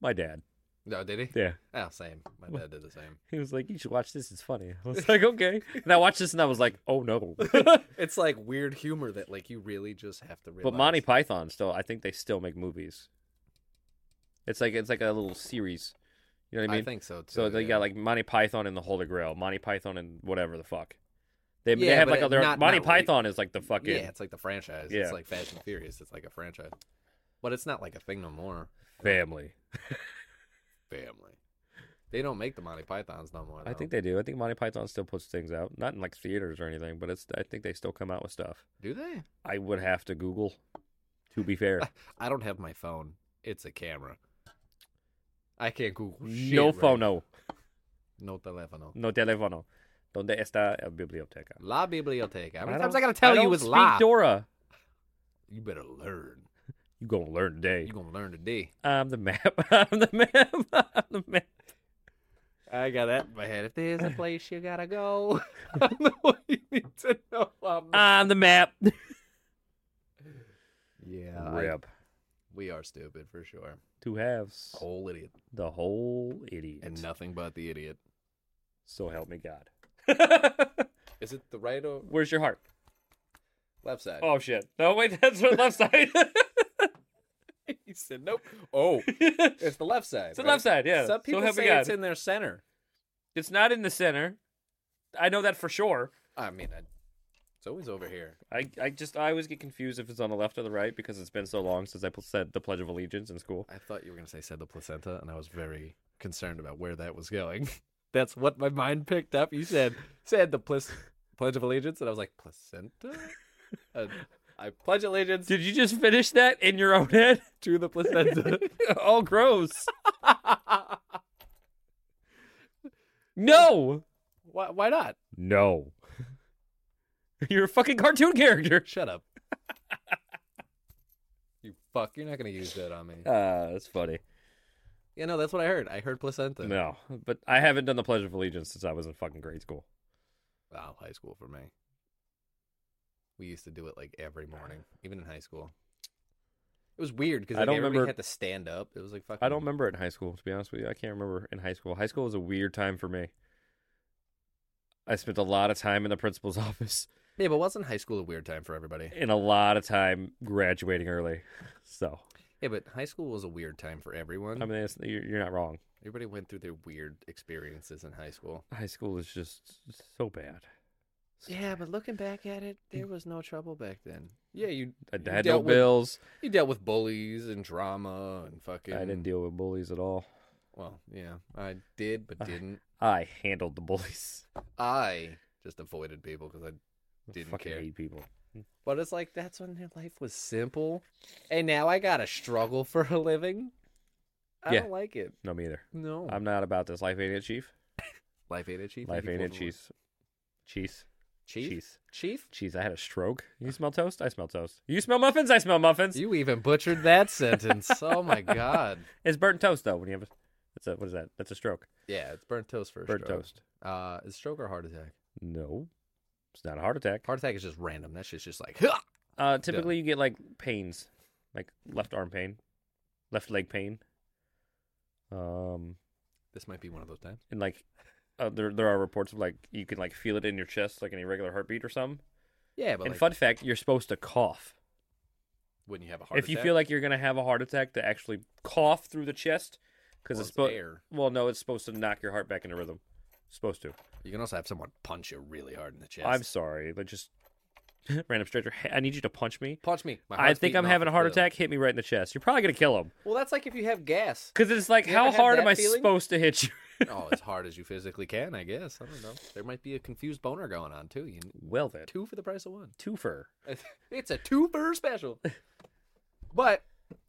S2: My dad.
S3: No, did he?
S2: Yeah.
S3: Oh, same. My dad did the same.
S2: He was like, "You should watch this. It's funny." I was like, "Okay." And I watched this, and I was like, "Oh no!"
S3: It's like weird humor that like you really just have to realize.
S2: but Monty Python still, I think they still make movies. It's like it's like a little series. You know what I mean?
S3: think so too.
S2: so they
S3: yeah.
S2: got like Monty Python and the Holy Grail, Monty Python and whatever the fuck. They, they
S3: Yeah,
S2: have
S3: but
S2: like other
S3: not-
S2: Monty
S3: not really-
S2: Python is like the fucking
S3: Yeah, it's like the franchise.
S2: Yeah.
S3: It's like Fast and Furious. It's like a franchise. But it's not like a thing no more.
S2: family.
S3: Family. They don't make the Monty Pythons no more.
S2: I think they do. I think Monty Python still puts things out, not in like theaters or anything, but it's I think they still come out with stuff.
S3: do they?
S2: I would have to Google. To be fair,
S3: I don't have my phone. It's a camera. I can't Google shit.
S2: no
S3: right
S2: phone,
S3: now.
S2: no.
S3: No telefono.
S2: No teléfono. ¿Dónde está la biblioteca?
S3: La biblioteca. How many
S2: I
S3: times
S2: don't-
S3: I gotta tell
S2: I
S3: you
S2: don't
S3: it's
S2: speak
S3: la?
S2: Dora.
S3: you better learn.
S2: You gonna learn today.
S3: You gonna learn today.
S2: I'm the map. I'm the map. I'm the map.
S3: I got
S2: Uh,
S3: that in my head. If there's a place you gotta go, I know what you need to know. Um,
S2: I'm the map.
S3: yeah, I-
S2: Rip.
S3: we are stupid for sure.
S2: Two halves.
S3: Whole idiot
S2: The whole idiot.
S3: and nothing but the idiot.
S2: So help me God.
S3: Is it the right or
S2: Where's your heart?
S3: left side?
S2: Oh shit. No wait, that's what left side.
S3: he said nope. Oh,
S2: it's
S3: it's the left side.
S2: the
S3: right?
S2: left side. Yeah.
S3: Some people
S2: so help me
S3: say
S2: God.
S3: it's in their center.
S2: It's not in the center. I know that for sure.
S3: I mean, I, it's always over here.
S2: I, I just I always get confused if it's on the left or the right because it's been so long since I pl- said the Pledge of Allegiance in school.
S3: I thought you were gonna say said the placenta, and I was very concerned about where that was going. That's what my mind picked up. You said said the plis- pledge of allegiance, and I was like placenta. Uh, I pledge allegiance
S2: Did you just finish that in your own head?
S3: to the placenta.
S2: All gross. No.
S3: why, why not?
S2: No. You're a fucking cartoon character.
S3: Shut up. you fuck. You're not gonna use that on me.
S2: Uh, that's funny.
S3: Yeah, no, that's what I heard. I heard placenta.
S2: No, but I haven't done the Pledge of Allegiance since I was in fucking grade school.
S3: Wow, high school for me. We used to do it like every morning, even in high school. It was weird because
S2: I
S3: like,
S2: don't
S3: everybody
S2: remember-
S3: had to stand up. It was like fucking.
S2: I don't remember it in high school, to be honest with you. I can't remember in high school. High school was a weird time for me. I spent a lot of time in the principal's office
S3: Yeah, but wasn't high school a weird time for everybody?
S2: and a lot of time graduating early. So,
S3: Yeah, but high school was a weird time for everyone.
S2: I mean, it's, you're you're not wrong.
S3: everybody went through their weird experiences in high school.
S2: High school is just so bad.
S3: Yeah, but looking back at it, there was no trouble back then. Yeah, you.
S2: I
S3: you
S2: had no
S3: dealt with-
S2: bills.
S3: You dealt with bullies and drama and fucking.
S2: I didn't deal with bullies at all.
S3: Well, yeah, I did, but
S2: I-
S3: didn't.
S2: I handled the bullies.
S3: I just avoided people because I Didn't
S2: fucking
S3: care.
S2: hate people.
S3: But it's like that's when their life was simple, and now I gotta struggle for a living. I
S2: Yeah.
S3: don't like it.
S2: No, me either.
S3: No,
S2: I'm not about this. Life ain't it, Chief.
S3: life ain't a chief.
S2: Life ain't it,
S3: cheese.
S2: Chief. Chief.
S3: Chief, chief,
S2: Chief. Jeez, I had a stroke. You smell toast? I smell toast. You smell muffins? I smell muffins.
S3: Uh. You even butchered that sentence. Oh my god.
S2: It's burnt toast though. When you have a, that's a what is that? That's a stroke.
S3: Yeah, it's burnt toast for a
S2: burnt
S3: stroke.
S2: toast.
S3: Uh, is stroke or heart attack?
S2: No, it's not a heart attack.
S3: Heart attack is just random. That shit's just like.
S2: Uh, typically you get like pains, like left arm pain, left leg pain. Um,
S3: This might be one of those times.
S2: and like, uh, there there are reports of like you can like feel it in your chest, like an irregular heartbeat or something.
S3: Yeah, but
S2: and
S3: like,
S2: fun fact, you're supposed to cough.
S3: when you have a heart
S2: if you
S3: attack,
S2: feel like you're gonna have a heart attack, to actually cough through the chest because
S3: Well,
S2: it's
S3: it's
S2: supposed.
S3: air.
S2: Well, no, it's supposed to knock your heart back into rhythm. supposed to.
S3: you can also have someone punch you really hard in the chest.
S2: I'm sorry, but just random stranger. "Hey, I need you to punch me.
S3: punch me. My
S2: I
S3: heart's
S2: think I'm
S3: beating off
S2: having
S3: a
S2: a heart
S3: cliff.
S2: attack. Hit me right in the chest. You're probably gonna kill him
S3: Well, that's like if you have gas.
S2: because it's like,
S3: You ever
S2: how
S3: had
S2: hard
S3: that
S2: am I
S3: feeling?
S2: supposed to hit you?
S3: oh, as hard as you physically can, I guess. I don't know. There might be a confused boner going on too. You
S2: well then,
S3: two for the price of one.
S2: twofer.
S3: It's a two per special. But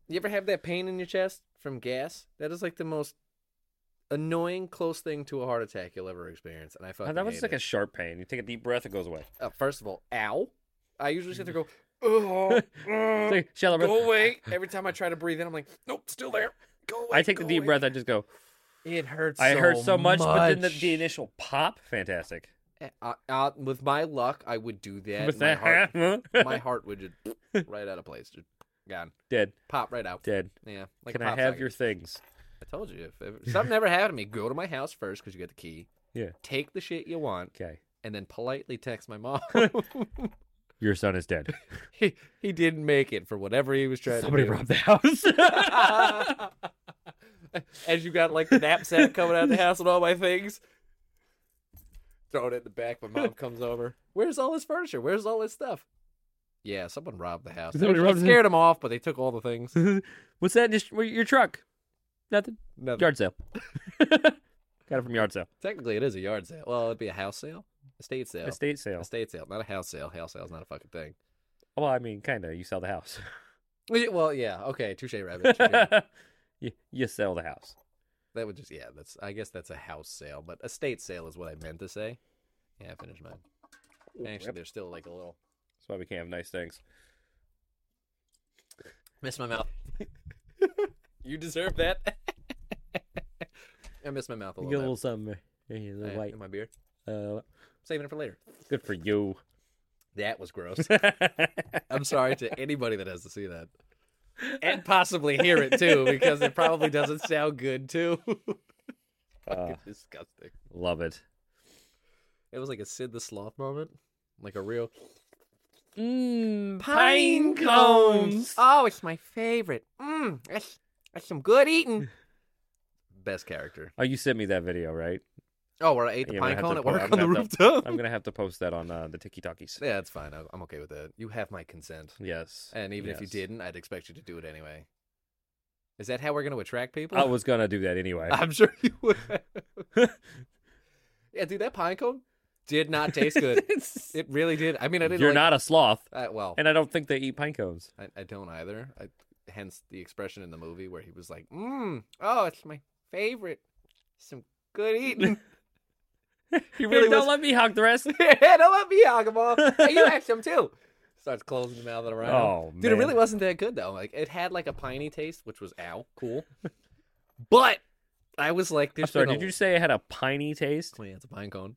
S3: you ever have that pain in your chest from gas? That is like the most annoying close thing to a heart attack you'll ever experience. And I
S2: Oh,
S3: fucking
S2: that was
S3: hate
S2: like a
S3: it.
S2: sharp pain. You take a deep breath, it goes away.
S3: Uh, first of all, ow. I usually just have to go. Oh,
S2: It's like, shallow breath.
S3: go away. Every time I try to breathe in, I'm like, nope, still there. Go away.
S2: I take the
S3: go
S2: deep
S3: away.
S2: breath. I just go.
S3: It hurts.
S2: I heard so much, but then the, the initial pop, fantastic.
S3: Uh, uh, with my luck, I would do that.
S2: With
S3: and my
S2: that,
S3: heart,
S2: huh?
S3: my heart would just right out of place, just gone,
S2: dead,
S3: pop right out.
S2: dead.
S3: Yeah, like a
S2: Can I
S3: pop
S2: have
S3: socket.
S2: your things?
S3: I told you if, if something ever happened to me, go to my house first because you get the key.
S2: Yeah.
S3: Take the shit you want,
S2: Okay,
S3: and then politely text my mom.
S2: your son is dead.
S3: he he didn't make it for whatever he was trying
S2: Somebody
S3: to do.
S2: robbed the house.
S3: As you got like the knapsack coming out of the house and all my things, throwing it in the back. My mom comes over. Where's all his furniture? Where's all his stuff? Yeah, someone robbed the house.
S2: Somebody
S3: I- I
S2: robbed his-
S3: scared him off, but they took all the things.
S2: What's that? In your, well, your truck? Nothing.
S3: Nothing.
S2: Yard sale. Got it from yard sale.
S3: Technically, it is a yard sale. Well, it'd be a house sale, estate sale,
S2: Estate sale.
S3: estate sale, not a house sale. House sale's not a fucking thing.
S2: Well, I mean, kind of. You sell the house.
S3: Yeah, Well, yeah, okay, touche, rabbit. touche.
S2: you, you sell the house.
S3: that would just, yeah, that's. I guess that's a house sale, but estate sale is what I meant to say. Yeah, I finished mine. Actually, there's still like a little
S2: That's why we can't have nice things.
S3: Miss my mouth. you deserve that. I miss my mouth a
S2: You
S3: little
S2: get a
S3: bit.
S2: little something. there. Yeah, a little
S3: Yeah,
S2: white.
S3: in my beer.
S2: Uh,
S3: Saving it for later.
S2: good for you.
S3: That was gross. I'm sorry to anybody that has to see that. And possibly hear it too, because it probably doesn't sound good too. Fucking
S2: Uh.
S3: disgusting.
S2: Love it.
S3: It was like a Sid the Sloth moment. Like a real
S2: Mmm,
S3: Oh, it's my favorite. Mmm, that's that's some good eating. Best character.
S2: Oh, you sent me that video, right?
S3: Oh, where I ate the
S2: Yeah, we're
S3: pine
S2: gonna have
S3: cone
S2: to
S3: at
S2: put-
S3: work
S2: I'm
S3: on the
S2: gonna have
S3: rooftop.
S2: I'm gonna have to post that on uh, the Tiki Talkies.
S3: Yeah, it's fine. I- I'm okay with that. You have my consent.
S2: Yes.
S3: And even if you
S2: yes.
S3: didn't, I'd expect you to do it anyway. Is that how we're going to attract people?
S2: I was gonna do that anyway.
S3: I'm sure you would. yeah, dude, that pine cone did not taste good. it really did. I mean, I didn't.
S2: You're
S3: like-
S2: not a sloth,
S3: Uh, well,
S2: and I don't think they eat pine cones.
S3: I, I don't either. I, hence the expression in the movie where he was like, "Mmm, oh, it's my favorite. Some good eating." he
S2: Hey, don't let me hug the rest.
S3: yeah, don't let me hog 'em all. Hey, you have some too. Starts closing the mouth of the rhino.
S2: Oh,
S3: Dude, it
S2: man.
S3: really wasn't that good though. Like it had like a piney taste, which was ow, cool. but I was like,
S2: I'm
S3: "There's
S2: sorry.
S3: been
S2: Did
S3: a...
S2: you say it had a piney taste?
S3: Oh, yeah, it's a pine cone.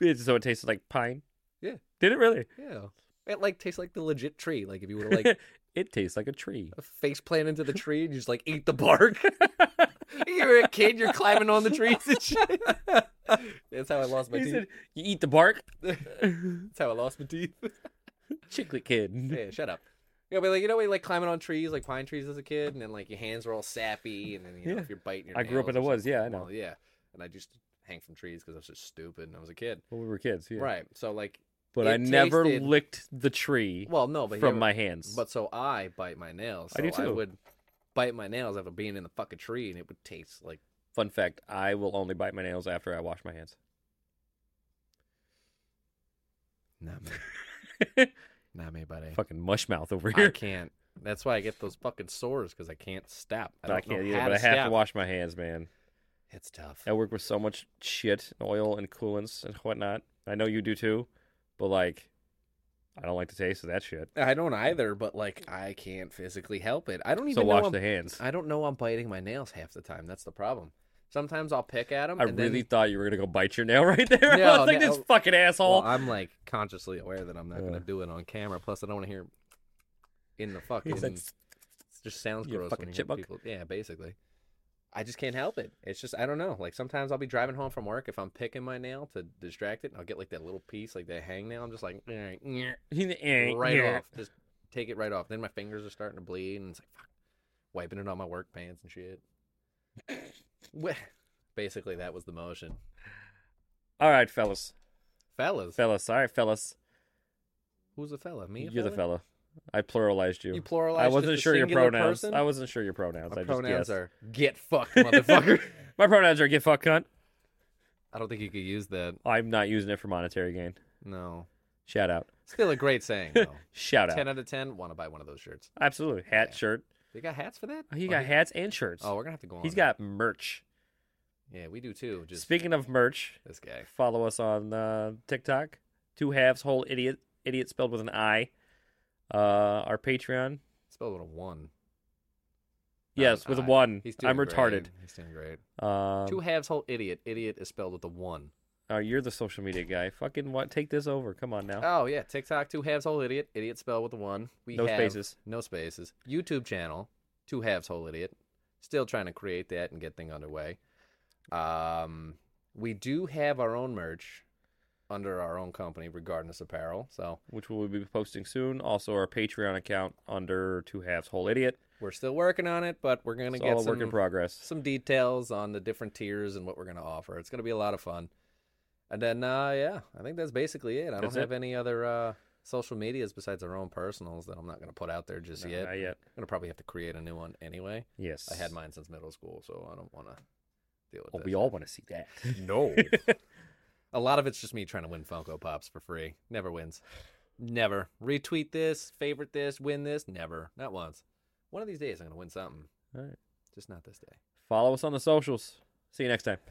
S2: It- so it tasted like pine.
S3: Yeah.
S2: Did it really?
S3: Yeah, it like tastes like the legit tree. Like if you were to like
S2: it tastes like a tree.
S3: face plant into the tree and you just like eat the bark. you're a kid, you're climbing on the trees and shit. That's how I lost my
S2: He
S3: teeth.
S2: said, "You eat the bark,
S3: That's how I lost my teeth.
S2: chiclet kid."
S3: Yeah, shut up. Yeah, but like you know, we like climbing on trees, like pine trees as a kid, and then like your hands were all sappy, and then you know
S2: Yeah.
S3: if you're biting your.
S2: I grew up in the
S3: nails or
S2: woods. Yeah, I
S3: something,
S2: know.
S3: well, yeah, and I just hang from trees because I was just stupid and I was a kid.
S2: When we were kids, yeah.
S3: Right. So like,
S2: But
S3: It
S2: I never
S3: tasted-
S2: licked the tree
S3: well, no, but
S2: from
S3: here-
S2: my hands.
S3: But so I bite my nails. So
S2: I do
S3: I
S2: too.
S3: would bite my nails after being in the fucking tree, and it would taste like
S2: Fun fact: I will only bite my nails after I wash my hands.
S3: not me, not me, buddy.
S2: Fucking mush mouth over
S3: I
S2: here.
S3: can't. That's why I get those fucking sores because I can't stop. I,
S2: I,
S3: don't
S2: can't
S3: know
S2: either,
S3: how
S2: but I
S3: to
S2: have to
S3: stop.
S2: wash my hands, man.
S3: It's tough.
S2: I work with so much shit, and oil, and coolants and whatnot. I know you do too, but like, I don't like the taste of that shit.
S3: I don't either, but like I can't physically help it. I don't even
S2: So
S3: know
S2: wash
S3: I'm-
S2: the hands. I,
S3: I don't know I'm biting my nails half the time. That's the problem. Sometimes I'll pick at them. and
S2: really
S3: Then,
S2: thought you were gonna go bite your nail right there. I
S3: No,
S2: was like,
S3: no.
S2: this fucking asshole.
S3: well, I'm like consciously aware that I'm not
S2: Yeah.
S3: gonna do it on camera. Plus, I don't want to hear in the fucking.
S2: He's like,
S3: It just sounds
S2: You
S3: gross.
S2: fucking
S3: when you hear
S2: chipmunk.
S3: People, yeah, basically. I just can't help it. It's just I don't know. Like sometimes I'll be driving home from work if I'm picking my nail to distract it, and I'll get like that little piece, like that hang nail. I'm just like, all right, nyeh,
S2: eh,
S3: right off, just take it right off. Then my fingers are starting to bleed, and it's like, fuck, wiping it on my work pants and shit. Wha- Basically, that was the motion,
S2: All right, fellas,
S3: fellas.
S2: fellas. All right, fellas.
S3: Who's the fella? Me? a
S2: You're the
S3: fella?
S2: fella. I pluralized you.
S3: You pluralized.
S2: I
S3: just
S2: wasn't
S3: a
S2: sure your
S3: singular
S2: pronouns.
S3: person?
S2: I wasn't sure your pronouns.
S3: My
S2: I just
S3: pronouns
S2: guessed.
S3: are get fucked, motherfucker.
S2: My pronouns are get fuck cunt.
S3: I don't think you could use that.
S2: I'm not using it for monetary gain.
S3: No.
S2: Shout out.
S3: Still a great saying, though.
S2: Shout out.
S3: 10 out of 10, want to buy one of those shirts.
S2: Absolutely. Hat, shirt.
S3: They got hats for that?
S2: Oh, He
S3: Oh,
S2: got hats and shirts.
S3: Oh, we're going to have to go on.
S2: He's
S3: that.
S2: got merch.
S3: Yeah, we do too. Just
S2: Speaking of merch,
S3: this guy.
S2: follow us on uh, TikTok. Two halves, whole idiot, idiot spelled with an I. Uh, our Patreon.
S3: Spelled with a one.
S2: Yes,
S3: Um,
S2: with a
S3: I-
S2: one.
S3: He's doing
S2: I'm retarded.
S3: great. He's doing great.
S2: Um,
S3: Two halves whole idiot. Idiot is spelled with a one.
S2: oh, you're the social media guy. Fucking what? Take this over. Come on now.
S3: Oh yeah, TikTok two halves whole idiot. Idiot spelled with a one. We
S2: No
S3: have
S2: spaces.
S3: No spaces. YouTube channel two halves whole idiot. Still trying to create that and get thing underway. Um, we do have our own merch under our own company, regardless apparel. So
S2: Which we will be posting soon. Also, our Patreon account under Two Halves Whole Idiot.
S3: we're still working on it, but we're gonna
S2: It's
S3: get
S2: all a
S3: some
S2: work in progress.
S3: some details on the different tiers and what we're going to offer. It's going to be a lot of fun. And then, uh, yeah, I think that's basically it. I
S2: That's
S3: don't have
S2: it.
S3: any other uh, social medias besides our own personals that I'm not going to put out there just
S2: No,
S3: yet.
S2: Not yet.
S3: I'm going to probably have to create a new one anyway.
S2: Yes.
S3: I had mine since middle school, so I don't want to deal with
S2: Oh,
S3: that.
S2: we all want to see that.
S3: No. a lot of it's just me trying to win Funko Pops for free. Never wins. Never. Retweet this, favorite this, win this. Never. Not once. One of these days, I'm going to win something.
S2: All right.
S3: Just not this day.
S2: Follow us on the socials. See you next time.